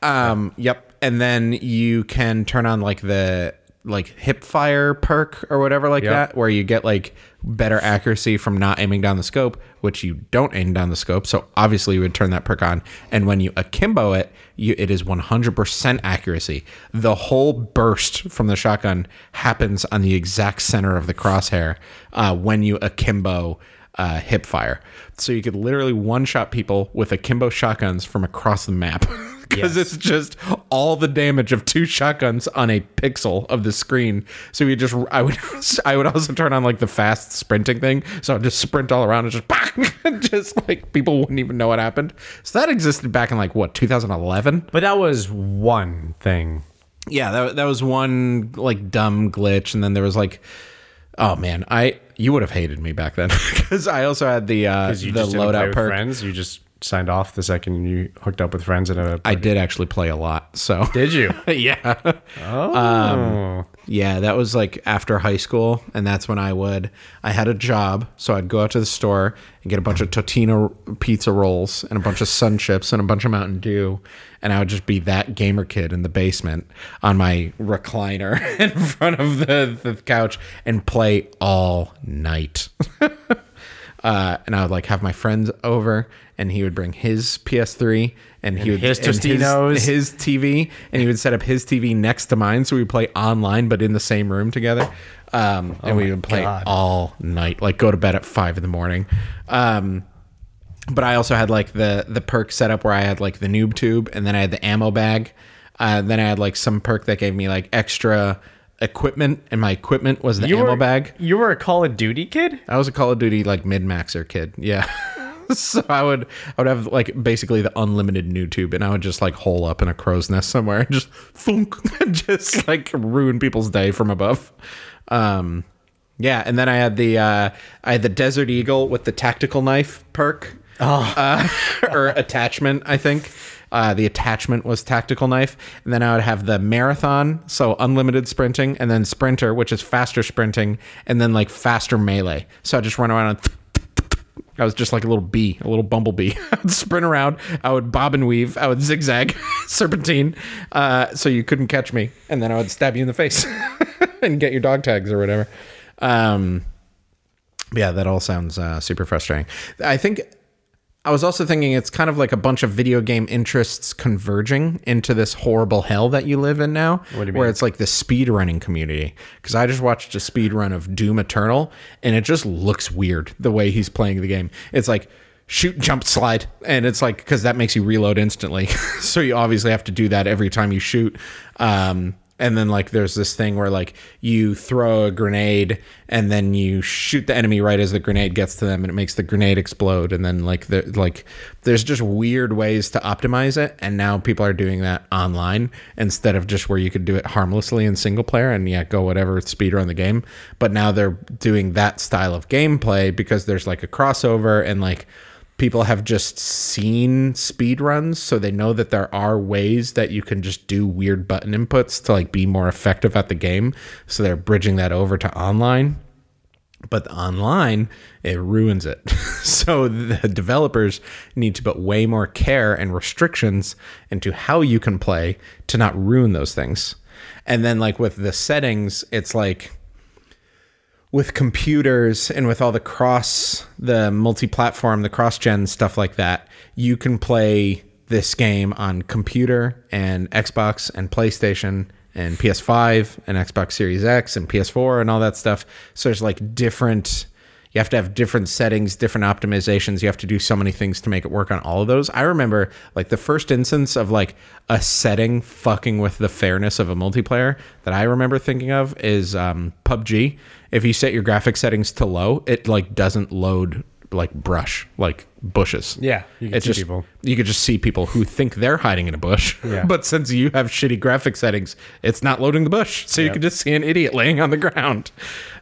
A: Um, yep. And then you can turn on like the like hip fire perk or whatever like
B: Yep.
A: that, where you get like better accuracy from not aiming down the scope, which you don't aim down the scope. So obviously you would turn that perk on. And when you akimbo it, you it is 100% accuracy. The whole burst from the shotgun happens on the exact center of the crosshair uh, when you akimbo uh, hip fire. So you could literally one shot people with akimbo shotguns from across the map. Because
B: Yes.
A: it's just all the damage of two shotguns on a pixel of the screen. So you just, I would, I would also turn on like the fast sprinting thing. So I'd just sprint all around and just, bang, and just like people wouldn't even know what happened. So that existed back in like what 2011.
B: but that was one thing
A: Yeah, that that was one like dumb glitch, and then there was like, oh man, I you would have hated me back then because I also had the uh,
B: you
A: the
B: just didn't play
A: loadout
B: with
A: perk.
B: friends you just signed off the second you hooked up with friends at a
A: I did actually play a lot, so
B: did you
A: yeah.
B: oh
A: Um, Yeah, that was like after high school, and that's when I would. I had a job, so I'd go out to the store and get a bunch of Totino pizza rolls and a bunch of Sun Chips and a bunch of Mountain Dew, and I would just be that gamer kid in the basement on my recliner in front of the, the couch and play all night. uh, and I would like have my friends over, and he would bring his PS3, and he would
B: his
A: and
B: Tostinos.
A: his TV, and he would set up his TV next to mine, so we would play online but in the same room together. Um, and we would play
B: Oh God.
A: all night, like go to bed at five in the morning. Um, but I also had like the the perk setup where I had like the noob tube, and then I had the ammo bag. Uh, then I had like some perk that gave me like extra equipment, and my equipment was the ammo
B: were,
A: bag.
B: You were a Call of Duty kid?
A: I was a Call of Duty like mid maxer kid. Yeah. so I would I would have like basically the unlimited new tube and I would just like hole up in a crow's nest somewhere and just thunk and just like ruin people's day from above. Um yeah, and then I had the uh I had the Desert Eagle with the tactical knife perk. Uh, or attachment, I think. Uh, the attachment was tactical knife, and then I would have the marathon, so unlimited sprinting, and then sprinter, which is faster sprinting, and then like faster melee. So I just run around and I was just like a little bee, a little bumblebee. I'd sprint around. I would bob and weave. I would zigzag, serpentine, uh, so you couldn't catch me. And then I would stab you in the face and get your dog tags or whatever. Um, yeah, that all sounds uh, super frustrating. I think I was also thinking it's kind of like a bunch of video game interests converging into this horrible hell that you live in now,
B: do
A: where
B: you mean?
A: it's like the speed running community. Because I just watched a speed run of Doom Eternal, and it just looks weird the way he's playing the game. It's like shoot, jump, slide, and it's like because that makes you reload instantly, so you obviously have to do that every time you shoot. Um, and then like there's this thing where like you throw a grenade and then you shoot the enemy right as the grenade gets to them and it makes the grenade explode and then like the like there's just weird ways to optimize it and now people are doing that online instead of just where you could do it harmlessly in single player and yeah go whatever speed run the game but now they're doing that style of gameplay because there's like a crossover and like people have just seen speed runs so they know that there are ways that you can just do weird button inputs to like be more effective at the game so they're bridging that over to online but the online it ruins it so the developers need to put way more care and restrictions into how you can play to not ruin those things and then like with the settings it's like with computers and with all the cross the multi-platform the cross-gen stuff like that you can play this game on computer and xbox and playstation and ps5 and xbox series x and ps4 and all that stuff so there's like different you have to have different settings, different optimizations. You have to do so many things to make it work on all of those. I remember like the first instance of like a setting fucking with the fairness of a multiplayer that I remember thinking of is um, PUBG. If you set your graphic settings to low, it like doesn't load like brush, like bushes.
B: Yeah, you can
A: It's
B: see
A: just-
B: people.
A: You could just see people who think they're hiding in a bush.
B: Yeah.
A: But since you have shitty graphic settings, it's not loading the bush. So you
B: Yep.
A: can just see an idiot laying on the ground.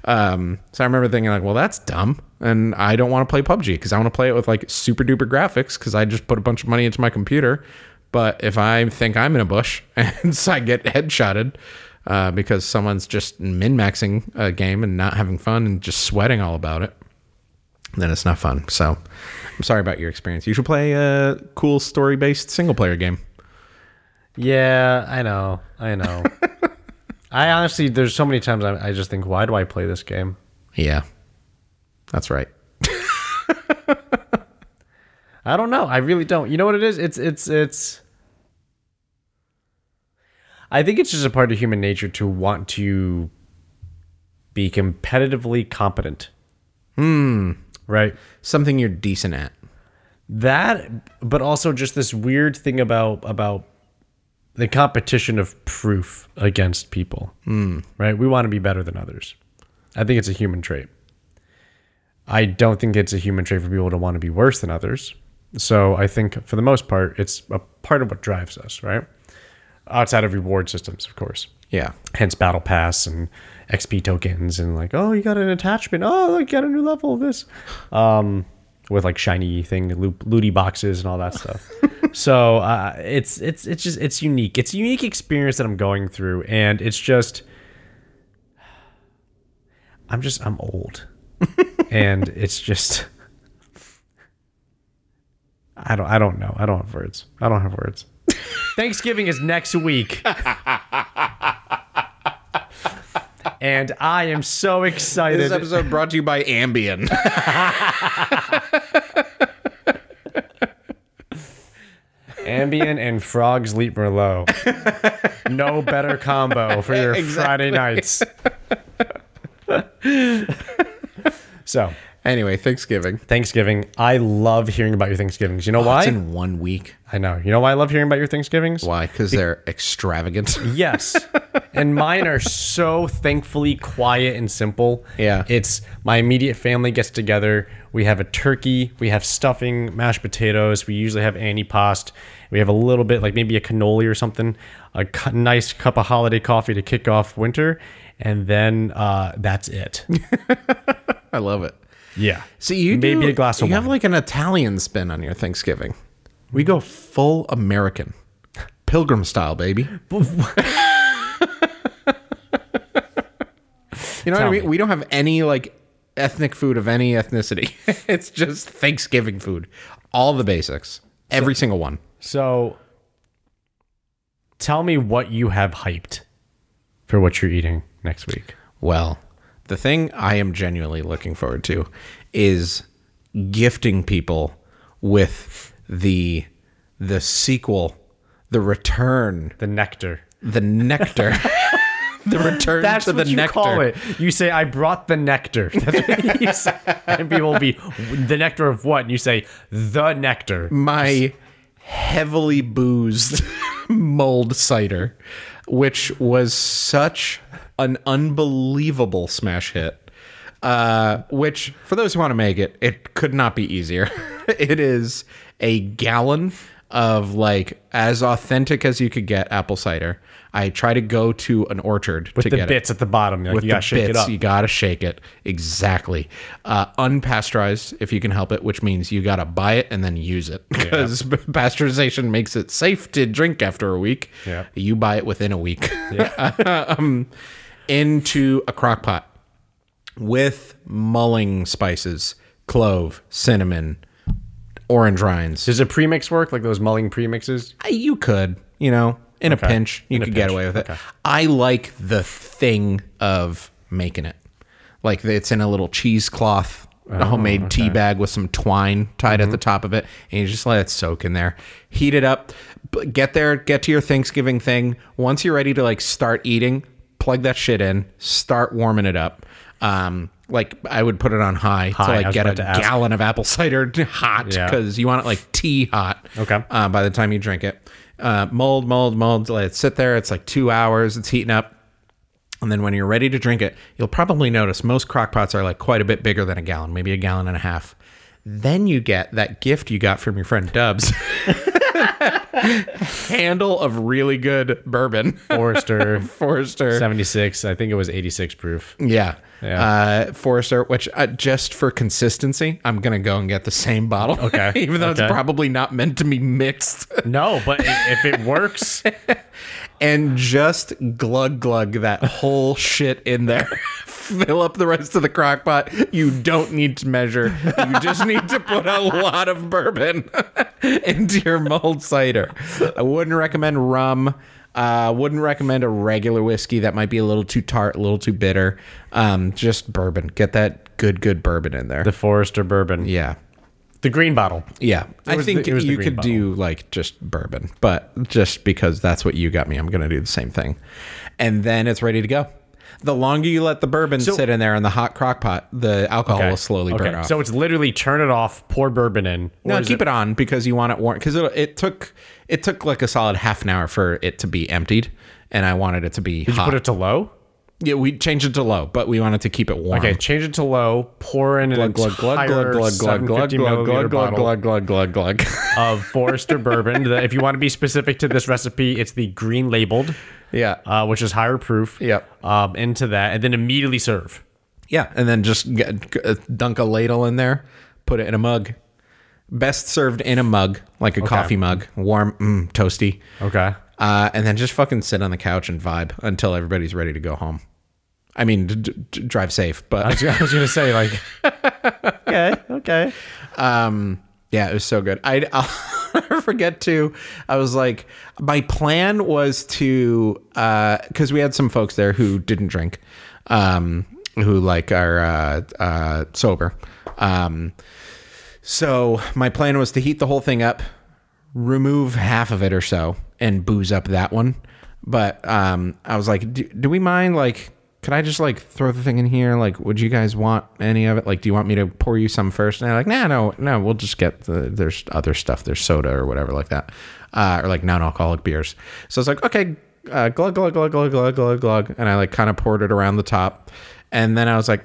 A: Um, so I remember thinking, like, well, that's dumb. And I don't want to play PUBG because I want to play it with like super duper graphics because I just put a bunch of money into my computer. But if I think I'm in a bush and so I get headshotted uh, because someone's just min maxing a game and not having fun and just sweating all about it then it's not fun. So I'm sorry about your experience. You should play a cool story based single player game.
B: Yeah, I know. I know. I honestly, there's so many times I, I just think, why do I play this game?
A: Yeah. That's right.
B: I don't know. I really don't. You know what it is? It's it's it's. I think it's just a part of human nature to want to be competitively competent. Hmm. Right.
A: Something you're decent at.
B: That, but also just this weird thing about about the competition of proof against people. Right. We want to be better than others. I think it's a human trait. I don't think it's a human trait for people to want to be worse than others. So I think for the most part, it's a part of what drives us, right? Outside of reward systems, of course.
A: Yeah.
B: Hence battle pass and XP tokens and like, oh, you got an attachment. Oh, look, you got a new level of this. Um, with like shiny thing, loot, looty boxes and all that stuff. so uh, it's it's it's just it's unique. It's a unique experience that I'm going through, and it's just I'm just I'm old, and it's just I don't I don't know. I don't have words. I don't have words. Thanksgiving is next week. And I am so excited.
A: This episode brought to you by Ambien.
B: Ambien and Frogs Leap Merlot. No better combo for your Friday nights. so,
A: anyway, Thanksgiving.
B: Thanksgiving. I love hearing about your Thanksgivings. You know why?
A: Oh, It's in one week.
B: I know. You know why I love hearing about your Thanksgivings?
A: Why? Because they're extravagant.
B: Yes. and mine are so thankfully quiet and simple.
A: Yeah.
B: It's my immediate family gets together. We have a turkey. We have stuffing, mashed potatoes. We usually have antipasto. We have a little bit, like maybe a cannoli or something, a cu- nice cup of holiday coffee to kick off winter. And then uh, that's it.
A: I love it.
B: Yeah.
A: See, you
B: Maybe
A: do-
B: a glass of
A: You have
B: wine.
A: like an Italian spin on your Thanksgiving. We go full American, pilgrim style, baby. you know what I
B: Tell
A: mean?
B: me.
A: We don't have any like ethnic food of any ethnicity. it's just Thanksgiving food, all the basics, every single one.
B: So tell me what you have hyped for what you're eating next week.
A: Well, the thing I am genuinely looking forward to is gifting people with the the sequel, the return,
B: The nectar.
A: the nectar, the return
B: That's
A: to
B: what
A: the
B: you
A: nectar.
B: call it. You say, "I brought the nectar." That's what you say. And people will be the nectar of what? And you say, "The
A: Mm,
B: nectar."
A: My heavily boozed mulled cider, which was such an unbelievable smash hit. Uh, which, for those who want to make it, it could not be easier. it is a gallon of like as authentic as you could get apple cider. I try to go to an orchard to
B: The
A: get it
B: bits at the bottom. Like,
A: with
B: you gotta
A: the
B: shake
A: bits.
B: it up.
A: You gotta shake it exactly. Uh, unpasteurized, if you can help it, which means you gotta buy it and then use it because pasteurization makes it safe to drink after a week.
B: Yep.
A: You buy it within a week. um, into a crock pot with mulling spices, clove, cinnamon, orange rinds.
B: Does a premix work? Like those mulling premixes?
A: I- you could, you know, in a pinch, you
B: In a
A: could get
B: pinch.
A: away with it. I like the thing of making it. Like it's in a little cheesecloth,
B: Oh,
A: a homemade tea bag with some twine tied
B: Mm-hmm.
A: at the top of it, and you just let it soak in there. Heat it up, b- get there, get to your Thanksgiving thing. Once you're ready to like start eating, plug that shit in, start warming it up. Um, like I would put it on high,
B: High, I
A: to like
B: was
A: get a
B: about to ask.
A: gallon of apple cider hot
B: Yeah.
A: because you want it like tea hot.
B: Okay.
A: Uh, by the time you drink it, uh, mold, mold, mold. Let it sit there. It's like two hours. It's heating up, and then when you're ready to drink it, you'll probably notice most crock pots are like quite a bit bigger than a gallon, maybe a gallon and a half. Then you get that gift you got from your friend Dubs. Handle of really good bourbon,
B: Forrester
A: Forrester.
B: 76. I think it was 86 proof.
A: Yeah.
B: Yeah.
A: Uh, Forrester, which uh, just for consistency, I'm going to go and get the same bottle.
B: Okay.
A: Even though it's
B: Okay.
A: probably not meant to be mixed.
B: No, but i- if it works,
A: and just glug glug that whole shit in there. Fill up the rest of the crock pot. You don't need to measure. You just need to put a lot of bourbon into your mulled cider. I wouldn't recommend rum. Uh, wouldn't recommend a regular whiskey that might be a little too tart, a little too bitter. Um, just bourbon. Get that good, good bourbon in there.
B: the Forrester bourbon.
A: yeah.
B: The green bottle.
A: Yeah, I
B: was
A: think
B: the- it was the
A: you
B: green
A: could do like just bourbon, but just because that's what you got me, I'm going to do the same thing. And then it's ready to go. The longer you let the bourbon sit in there in the hot crock pot, the alcohol will slowly burn off.
B: So it's literally turn it off, pour bourbon in. or
A: no,
B: is
A: keep it, on because you want it warm. Because it, it took it took like a solid half an hour for it to be emptied, and I wanted it to be
B: Did you
A: hot.
B: put it to low?
A: yeah, we changed it to low, but we wanted to keep it warm.
B: Okay, change it to low. Pour in an
A: Uh-huh. Glug glug
B: entire
A: glug glug glug glug
B: 750
A: glug
B: milliliter
A: glug glug
B: bottle
A: glug glug glug glug.
B: of Forrester bourbon. The- If you want to be specific to this recipe, it's the green labeled,
A: Yeah.
B: uh, which is higher proof.
A: Yep.
B: Um, into that, and then immediately serve.
A: Yeah, and then just get, g- uh, dunk a ladle in there, put it in a mug. Best served in a mug, like a coffee mug, warm, mm, toasty.
B: Okay.
A: Uh, and then just fucking sit on the couch and vibe until everybody's ready to go home. I mean, d- d- d- drive safe,
B: I
A: but
B: was, I was gonna say like, okay, okay.
A: um, yeah, it was so good. I I'll never forget to. I was like, my plan was to because we had some folks there who didn't drink, um, who like are uh, uh, sober. Um, so my plan was to heat the whole thing up, remove half of it or so, and booze up that one. But um, I was like, do, do we mind? Like, could I just like throw the thing in here? Like, would you guys want any of it? Like, do you want me to pour you some first? And they're like, nah, no, no, we'll just get the there's other stuff, there's soda or whatever like that, uh, or like non-alcoholic beers. So I was like, okay, uh, glug glug glug glug glug glug glug, and I like kind of poured it around the top, and then I was like,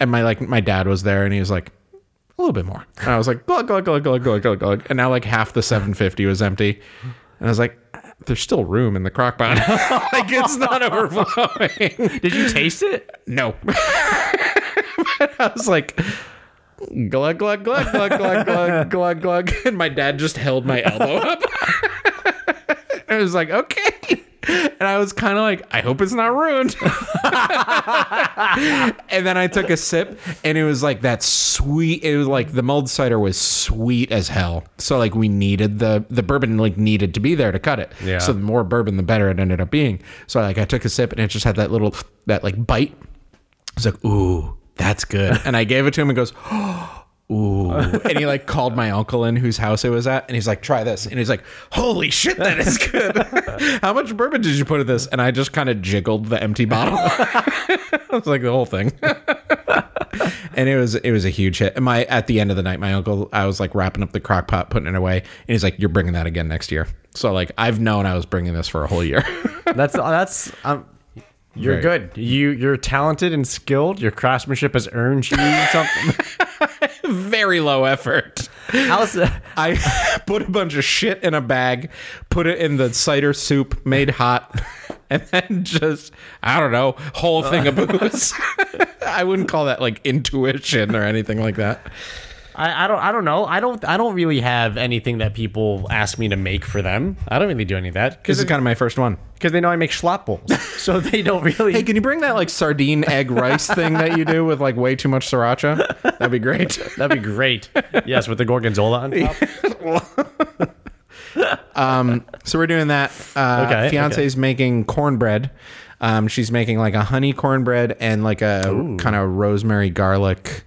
A: and my like my dad was there, and he was like a little bit more. And I was like, glug, glug, glug, glug, glug, glug, glug. And now like half the 750 was empty. And I was like, there's still room in the crock pot. like it's not overflowing.
B: Did you taste it?
A: No. but I was like, glug, glug, glug, glug, glug, glug, glug, glug. And my dad just held my elbow up. I was like, okay. And I was kind of like, I hope it's not ruined. and then I took a sip, and it was like that sweet. It was like the mulled cider was sweet as hell. So like we needed the the bourbon like needed to be there to cut it.
B: Yeah.
A: So the more bourbon, the better it ended up being. So like I took a sip, and it just had that little that like bite. I was like, ooh, that's good. And I gave it to him, and goes. Ooh. And he like called my uncle in whose house it was at, and he's like, try this. And he's like, holy shit, that is good. How much bourbon did you put in this? And I just kind of jiggled the empty bottle. I was like the whole thing. and it was it was a huge hit. And my at the end of the night, my uncle, I was like wrapping up the crock pot, putting it away, and he's like, You're bringing that again next year. So like I've known I was bringing this for a whole year.
B: That's that's um, you're
A: Right.
B: good. You you're talented and skilled. Your craftsmanship has earned you something.
A: Very low effort.
B: Allison,
A: I put a bunch of shit in a bag, put it in the cider soup, made hot, and then just I don't know, whole thing of booze. I wouldn't call that like intuition or anything like that.
B: I, I don't I don't know. I don't I don't really have anything that people ask me to make for them. I don't really do any of that
A: This
B: because
A: is kind of my first one.
B: they know I make schlop bowls, so they don't really.
A: Hey, can you bring that like sardine egg rice thing that you do with like way too much sriracha? That'd be great.
B: That'd be great. yes, with the gorgonzola on top.
A: Um, So we're doing that. Uh,
B: Okay,
A: Fiance's making cornbread. Um, she's making like a honey cornbread and like a kind of rosemary garlic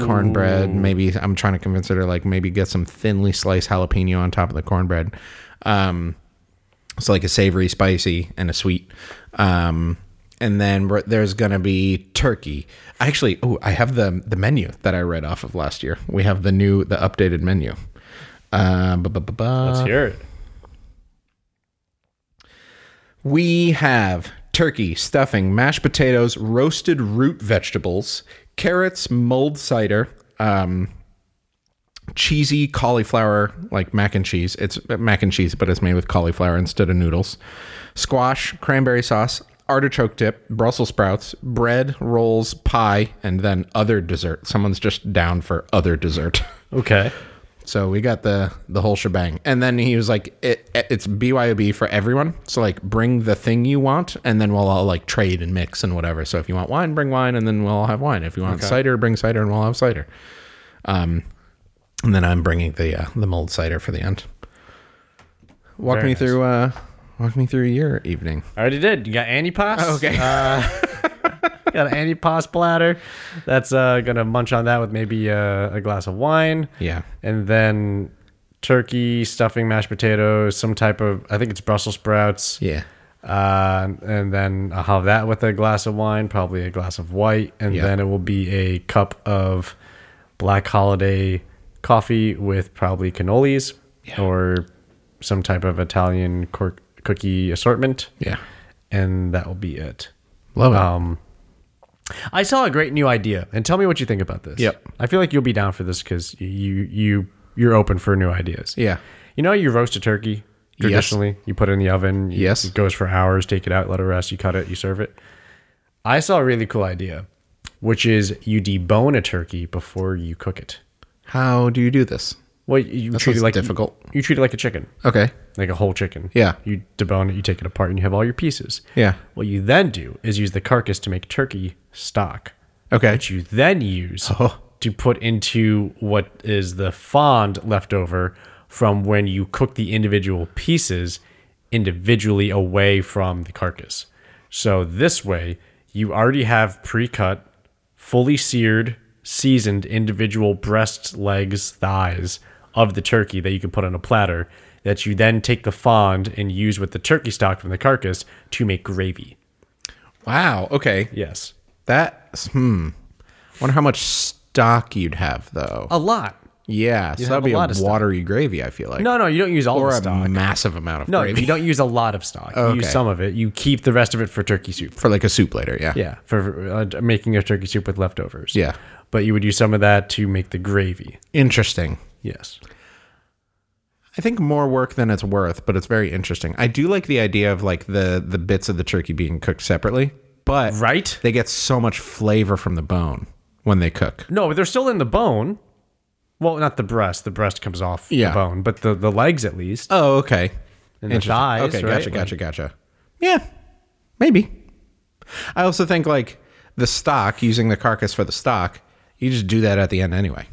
A: cornbread. Maybe I'm trying to convince her to like maybe get some thinly sliced jalapeno on top of the cornbread. Um, so like a savory, spicy, and a sweet. Um, and then we're- there's gonna be turkey. Actually, oh, I have the the menu that I read off of last year. We have the new, the updated menu. Uh, ba ba ba ba.
B: Let's hear it.
A: We have turkey, stuffing, mashed potatoes, roasted root vegetables, carrots, mulled cider, um, cheesy cauliflower, like mac and cheese. It's uh, mac and cheese, but it's made with cauliflower instead of noodles, squash, cranberry sauce, artichoke dip, Brussels sprouts, bread, rolls, pie, and then other dessert. Someone's just down for other dessert.
B: Okay.
A: So we got the the whole shebang, and then he was like, it, "It's BYOB for everyone. So like, bring the thing you want, and then we'll all like trade and mix and whatever. So if you want wine, bring wine, and then we'll all have wine. If you want cider, bring cider, and we'll have cider. Um, and then I'm bringing the uh, the mulled cider for the end. Walk
B: Very
A: me
B: nice.
A: through, uh, walk me through your evening.
B: I already did. You got antipas.
A: Okay.
B: got an antipas platter. That's uh, gonna munch on that with maybe uh, a glass of wine.
A: yeah.
B: and then turkey stuffing mashed potatoes some type of i think it's brussels sprouts
A: Yeah.
B: uh, and then i'll have that with a glass of wine probably a glass of white and
A: Yeah.
B: then it will be a cup of black holiday coffee with probably cannolis or some type of italian cor- cookie assortment
A: Yeah.
B: and that will be it
A: Love it.
B: um, I saw a great new idea, and tell me what you think about this.
A: Yep.
B: I feel like you'll be down for this because you you you're open for new ideas.
A: yeah.
B: You know, you roast a turkey traditionally. You put it in the oven. you-
A: Yes.
B: It goes for hours. Take it out. Let it rest. You cut it. You serve it. I saw a really cool idea, which is you debone a turkey before you cook it.
A: How do you do this?
B: Well, you
A: That
B: treat
A: sounds
B: it like
A: difficult.
B: You treat it like a chicken.
A: Okay.
B: like a whole chicken.
A: Yeah.
B: You debone it, you take it apart, and you have all your pieces.
A: Yeah.
B: What you then do is use the carcass to make turkey stock,
A: Okay.
B: which you then use
A: Oh.
B: to put into what is the fond leftover from when you cook the individual pieces individually away from the carcass. So this way, you already have pre cut, fully seared, seasoned individual breasts, legs, thighs of the turkey that you can put on a platter that you then take the fond and use with the turkey stock from the carcass to make gravy.
A: Wow. Okay.
B: Yes.
A: That hmm. Wonder how much stock you'd have though.
B: A lot.
A: yeah, so
B: Oh, have
A: that'd
B: a
A: be a,
B: lot of stock.
A: watery gravy. I feel like
B: No, no, you don't use all
A: or
B: the
A: a
B: stock.
A: massive amount of
B: No,
A: gravy
B: you don't use a lot of stock. You use
A: Okay.
B: some of it. You keep the rest of it for turkey soup.
A: for like a soup later. Yeah.
B: Yeah, for uh, making a turkey soup with leftovers.
A: Yeah.
B: But you would use some of that to make the gravy.
A: Interesting.
B: Yes.
A: I think more work than it's worth, but it's very interesting. I do like the idea of like the the bits of the turkey being cooked separately, but
B: Right?
A: they get so much flavor from the bone when they cook.
B: No, but they're still in the bone. Well, not the breast. The breast comes off
A: Yeah.
B: the bone, but the, the legs at least.
A: Oh, okay.
B: And the
A: Interesting.
B: thighs,
A: Okay,
B: right?
A: gotcha, gotcha, gotcha. Yeah, maybe. I also think like the stock using the carcass for the stock, you just do that at the end anyway,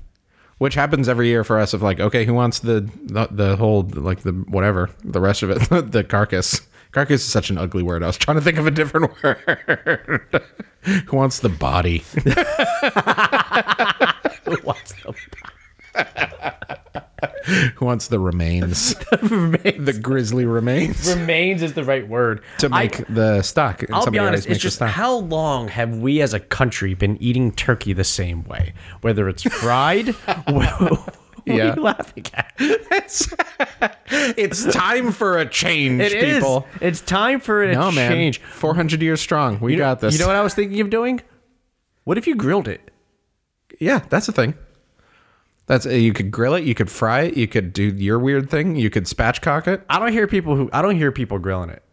A: which happens every year for us. Of like, okay, who wants the the, the whole like the whatever the rest of it, the carcass. Carcass is such an ugly word. I was trying to think of a different word. who wants the body?
B: What's the
A: Who wants the remains?
B: remains?
A: the grisly remains
B: remains is the right word.
A: to
B: I-
A: make the stock. And
B: I'll be
A: somebody always
B: honest. It's
A: makes the
B: just
A: stock.
B: how long have we as a country been eating turkey the same way? Whether it's fried, what
A: Yeah.
B: are you laughing at?
A: it's, it's time for a change,
B: It is.
A: people.
B: It's time for a
A: No man,
B: change.
A: 400 years strong. We
B: You know-
A: got this.
B: You know what I was thinking of doing? What if you grilled it?
A: yeah, that's a thing. That's uh, you could grill it, you could fry it, you could do your weird thing, you could spatchcock it,
B: I don't hear people who I don't hear people grilling it.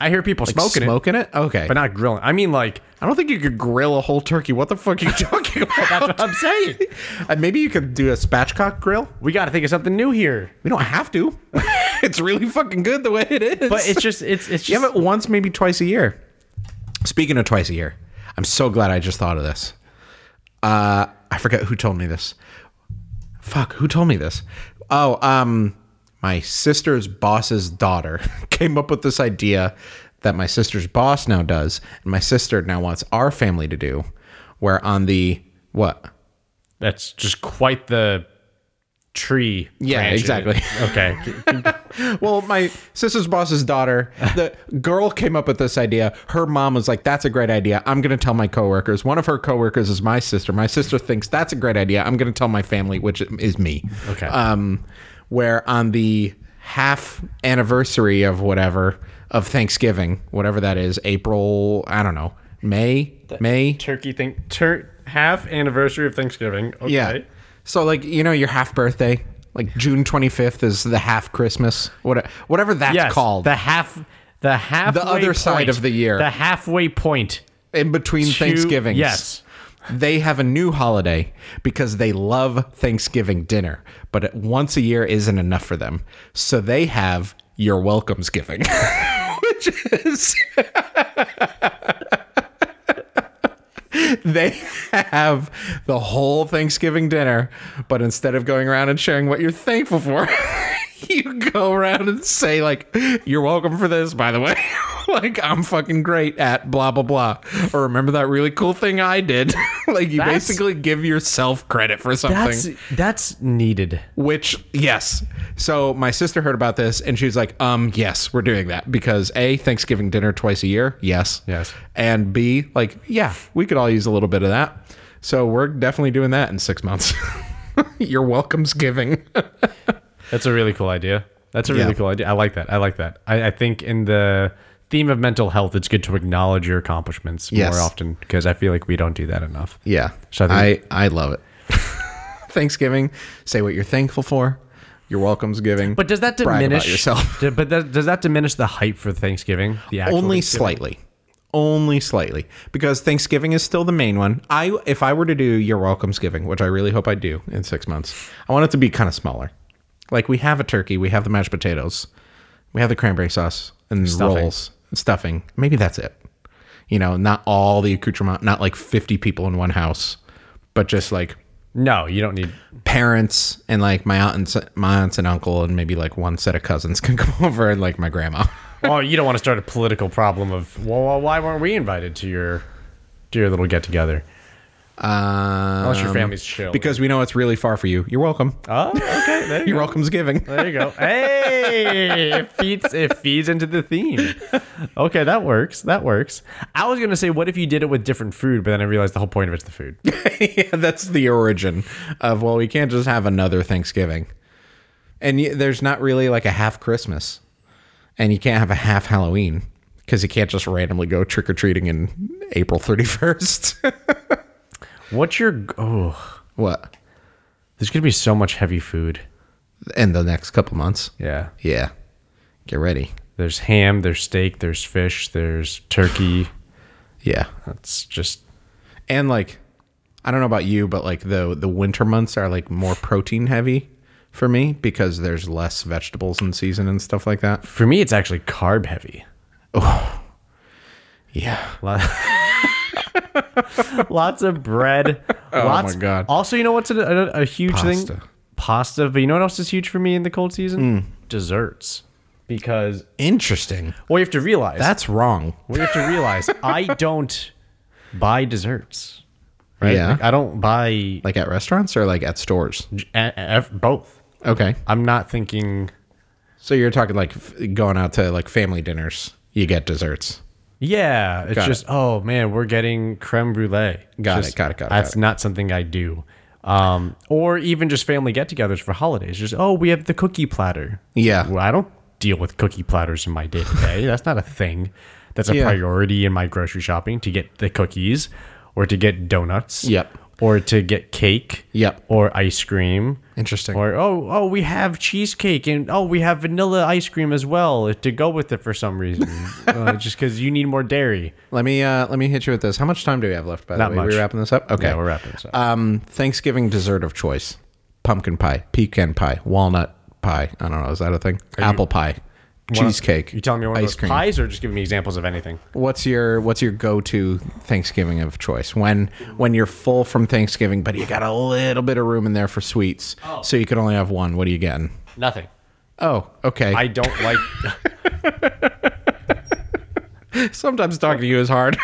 B: I hear people smoking it,
A: smoking it. Okay,
B: but not grilling. I mean, like
A: I don't think you could grill a whole turkey. What the fuck are you talking
B: that's
A: about?
B: what I'm saying.
A: And maybe you could do a spatchcock grill.
B: We got to think of something new here.
A: We don't have to. it's really fucking good the way it is.
B: But it's just it's it's
A: you
B: just
A: have it once, maybe twice a year. Speaking of twice a year, I'm so glad I just thought of this. Uh, I forget who told me this. Fuck, who told me this? Oh, um, my sister's boss's daughter came up with this idea that my sister's boss now does, and my sister now wants our family to do, where on the what?
B: that's just quite the tree.
A: Yeah,
B: branch.
A: exactly.
B: Okay.
A: Well, my sister's boss's daughter, the girl came up with this idea. Her mom was like, "That's a great idea. I'm going to tell my coworkers." One of her coworkers is my sister. My sister thinks that's a great idea. I'm going to tell my family, which is me.
B: Okay.
A: Um, where on the half anniversary of whatever of Thanksgiving, whatever that is, April, I don't know, May, May,
B: Turkey thing. Tur- half anniversary of Thanksgiving. Okay.
A: yeah. So like you know your half birthday. Like June 25th is the half Christmas, whatever, whatever that's
B: Yes,
A: called.
B: the half. The half.
A: The other side of the year.
B: The halfway point.
A: in between Thanksgivings.
B: yes.
A: They have a new holiday because they love Thanksgiving dinner, but it- once a year isn't enough for them. So they have your welcome's giving, which is they have the whole Thanksgiving dinner, but instead of going around and sharing what you're thankful for, you go around and say like, "You're welcome for this, by the way." like I'm fucking great at blah blah blah, or remember that really cool thing I did. like you
B: That's-
A: basically give yourself credit for something.
B: That's that's needed.
A: Which yes. So my sister heard about this and she was like, "Um, yes, we're doing that because a Thanksgiving dinner twice a year, yes,
B: Yes.
A: and b like yeah, we could all use a little bit of that. So we're definitely doing that in six months. Your welcome's giving.
B: That's a really cool idea. That's a really
A: Yeah.
B: cool idea. I like that. I like that. I, I think in the theme of mental health, it's good to acknowledge your accomplishments
A: Yes.
B: more often because I feel like we don't do that enough.
A: Yeah,
B: So I
A: I I love it. Thanksgiving, say what you're thankful for. Your welcome's giving,
B: But does that
A: Brag about
B: diminish
A: yourself.
B: d- but that, does that diminish the hype for Thanksgiving? The actual
A: only
B: Thanksgiving?
A: slightly only slightly because thanksgiving is still the main one i if i were to do your welcome's giving which i really hope i do in six months i want it to be kind of smaller Like we have a turkey, we have the mashed potatoes, we have the cranberry sauce and
B: Stuffing.
A: rolls, stuffing. Maybe that's it. You know, not all the accoutrement, not like 50 people in one house, but just like
B: No, you don't need.
A: parents and like my aunt and s- my aunts and uncle and maybe like one set of cousins can come over and like my grandma.
B: Well, you don't want to start a political problem of well, well why weren't we invited to your to your little get together?
A: Uh,
B: Unless your family's chill.
A: because we know it's really far for you. You're welcome.
B: oh, okay, there you
A: You're
B: go.
A: welcome's giving.
B: There you go. Hey, it feeds it feeds into the theme. Okay, that works. That works. I was gonna say, what if you did it with different food? But then I realized the whole point of it's the food.
A: yeah, that's the origin of well, we can't just have another Thanksgiving, and y there's not really like a half Christmas, and you can't have a half Halloween because you can't just randomly go trick or treating in April 31st.
B: What's your oh?
A: what?
B: There's gonna be so much heavy food.
A: In the next couple months?
B: Yeah.
A: Yeah, get ready.
B: There's ham. There's steak. There's fish. There's turkey.
A: Yeah,
B: That's just
A: and like, I don't know about you, but like the the winter months are like more protein heavy for me because there's less vegetables in season and stuff like that.
B: for me. It's actually carb heavy.
A: Yeah.
B: Lot- lots of bread. Oh lots,
A: my God.
B: Also, you know what's a, a, a huge thing?
A: Pasta. Hmm.
B: Pasta. But you know what else is huge for me in the cold season? Desserts. Because
A: Interesting.
B: well, you have to realize.
A: That's wrong.
B: what you have to realize. I don't buy desserts. Right.
A: Yeah.
B: Like, I don't buy
A: Like at restaurants or like at stores?
B: a- a- both.
A: Okay.
B: I'm not thinking.
A: So you're talking like f- going out to like family dinners, you get desserts.
B: Yeah, it's
A: Got
B: just oh man, we're getting creme brulee.
A: Got it,
B: Just-
A: got it, got it, got
B: That's not something I do, um, or even just family get-togethers for holidays. Just oh, we have the cookie platter.
A: Yeah.
B: well, I don't deal with cookie platters in my day to day. That's not a thing. That's a
A: Yeah.
B: priority in my grocery shopping to get the cookies, or to get donuts.
A: Yep.
B: Or to get cake.
A: Yep.
B: Or ice cream.
A: Interesting.
B: Or oh oh we have cheesecake and oh we have vanilla ice cream as well uh, to go with it for some reason, uh, just because you need more dairy.
A: let me uh let me hit you with this. How much time do we have left? By
B: Not
A: the way,
B: much.
A: we wrapping this up. Okay,
B: Yeah, we're wrapping this up.
A: Um, Thanksgiving dessert of choice: pumpkin pie, pecan pie, walnut pie. I don't know. Is that a thing? Apple pie, cheesecake.
B: you telling me one of
A: ice
B: those
A: cream.
B: pies, or just giving me examples of anything?
A: What's your what's your go to Thanksgiving of choice when when you're full from Thanksgiving, but you got a little bit of room in there for sweets,
B: Oh.
A: so you can only have one. What are you getting?
B: Nothing.
A: Oh, okay.
B: I don't like.
A: Sometimes talking to you is hard.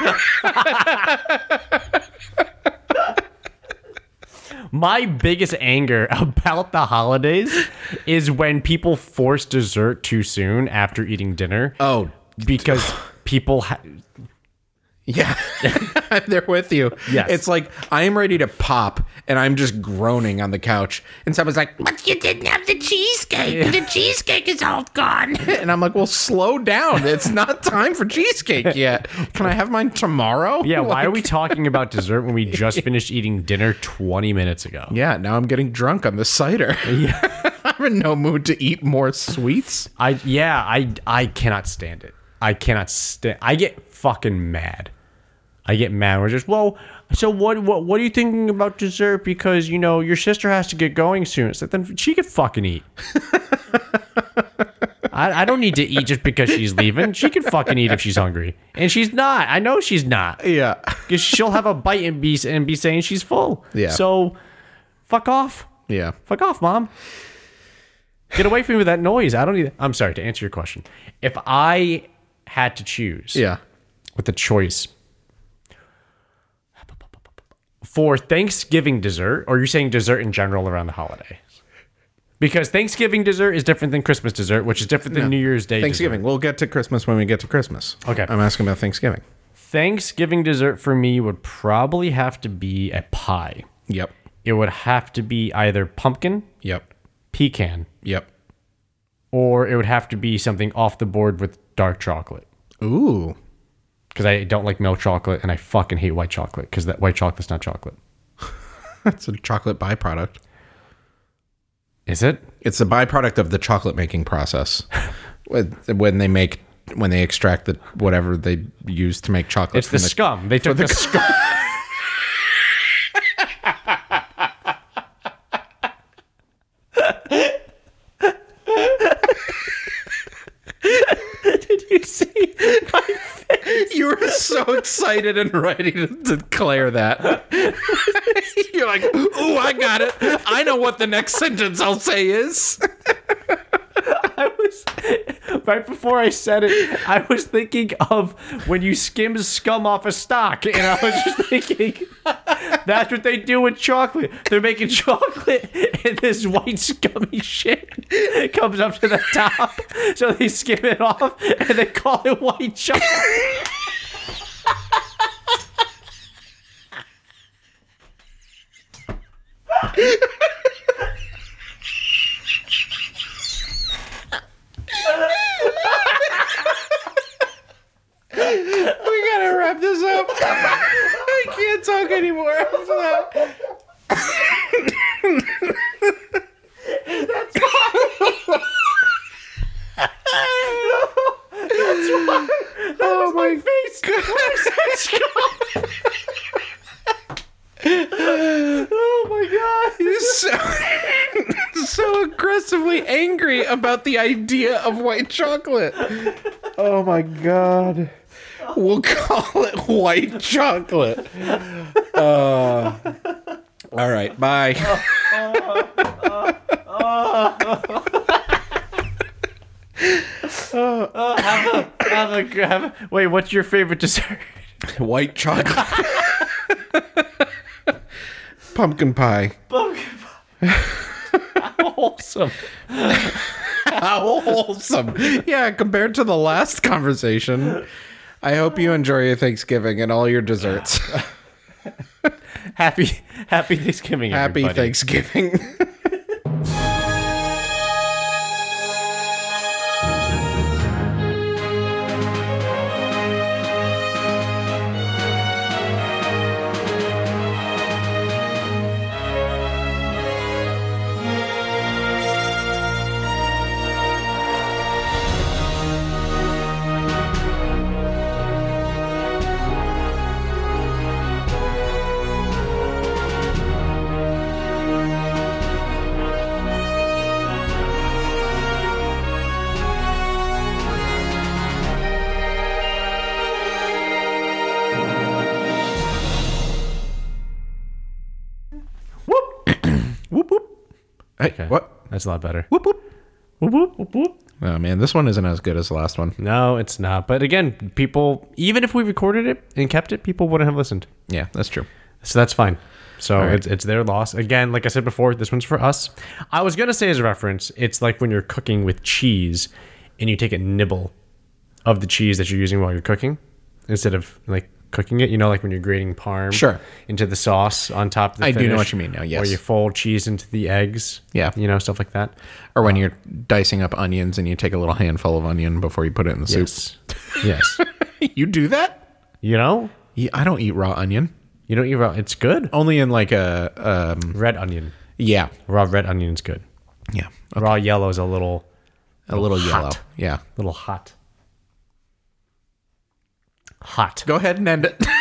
B: My biggest anger about the holidays is when people force dessert too soon after eating dinner.
A: Oh,
B: because people ha-
A: yeah. I'm there with you.
B: Yes.
A: It's like I am ready to pop and I'm just groaning on the couch. And someone's like, But you didn't have the cheesecake. The cheesecake is all gone. and I'm like, Well, slow down. It's not time for cheesecake yet. Can I have mine tomorrow?
B: yeah. Why are
A: Like-
B: we talking about dessert when we just finished eating dinner twenty minutes ago?
A: Yeah, now I'm getting drunk on the cider. Yeah. I'm in no mood to eat more sweets.
B: I yeah, I I cannot stand it. I cannot stand. I get fucking mad. I get mad. We're just well. So what? What? What are you thinking about dessert? Because you know your sister has to get going soon. It's like then she could fucking eat. I, I don't need to eat just because she's leaving. She can fucking eat if she's hungry, and she's not. I know she's not
A: Yeah.
B: because she'll have a bite and be and be saying she's full.
A: Yeah.
B: So, fuck off.
A: Yeah.
B: Fuck off, mom. Get away from me with that noise. I don't need. I'm sorry to answer your question. If I had to choose
A: Yeah.
B: with a choice for Thanksgiving dessert, or you're saying dessert in general around the holiday? Because Thanksgiving dessert is different than Christmas dessert, which is different than New Year's Day.
A: Thanksgiving. We'll get to Christmas when we get to Christmas.
B: Okay.
A: I'm asking about Thanksgiving.
B: dessert. Thanksgiving dessert for me would probably have to be a pie.
A: Yep.
B: It would have to be either pumpkin,
A: Yep.
B: pecan,
A: Yep.
B: or it would have to be something off the board with dark chocolate
A: Ooh.
B: because I don't like milk chocolate and I fucking hate white chocolate because that white chocolate's not chocolate.
A: That's a chocolate byproduct.
B: Is it?
A: It's a byproduct of the chocolate making process. when when they make when they extract the whatever they use to make chocolate.
B: It's the, scum. They took the, scum. you see my face?
A: You were so excited and ready to declare that. You're like, ooh, I got it. I know what the next sentence I'll say is.
B: I was right before I said it. I was thinking of when you skim scum off a stock, and I was just thinking that's what they do with chocolate. They're making chocolate, and this white scummy shit comes up to the top, so they skim it off, and they call it white chocolate.
A: We gotta wrap this up. I can't talk anymore after that. Oh my, face!
B: Oh my god!
A: You're so, so aggressively angry about the idea of white chocolate. Oh my god. We'll call it white chocolate. Uh, all right, bye.
B: Have a- have a- Wait, what's your favorite dessert?
A: White chocolate. Pumpkin pie.
B: Wholesome.
A: How wholesome. Yeah, compared to the last conversation. I hope you enjoy your Thanksgiving and all your desserts.
B: Happy Happy Thanksgiving,
A: Happy
B: everybody.
A: Thanksgiving.
B: Whoop. whoop whoop.
A: Hey, What?
B: That's a lot better.
A: Whoop whoop.
B: Whoop whoop whoop whoop.
A: Oh man, this one isn't as good as the last one.
B: No, it's not. But again, people even if we recorded it and kept it, people wouldn't have listened.
A: Yeah, that's true.
B: So that's fine. So
A: right.
B: it's it's their loss. Again, like I said before, this one's for us. I was gonna say as a reference, it's like when you're cooking with cheese and you take a nibble of the cheese that you're using while you're cooking instead of like cooking it, you know, like when you're grating parm
A: Sure.
B: into the sauce on top of the
A: I do know
B: finish,
A: what you mean now, yes.
B: Or you fold cheese into the eggs.
A: Yeah.
B: You know, stuff like that.
A: Or when you're dicing up onions and you take a little handful of onion before you put it in the
B: Yes. yes.
A: soup. You do that?
B: You know?
A: Yeah, I don't eat raw onion.
B: You don't eat raw it's good.
A: Only in like a um
B: Red onion.
A: yeah.
B: Raw red onion's good.
A: Yeah.
B: Raw yellow is a little
A: A little
B: Hot.
A: yellow. Yeah.
B: little hot. Hot.
A: Go ahead and end it.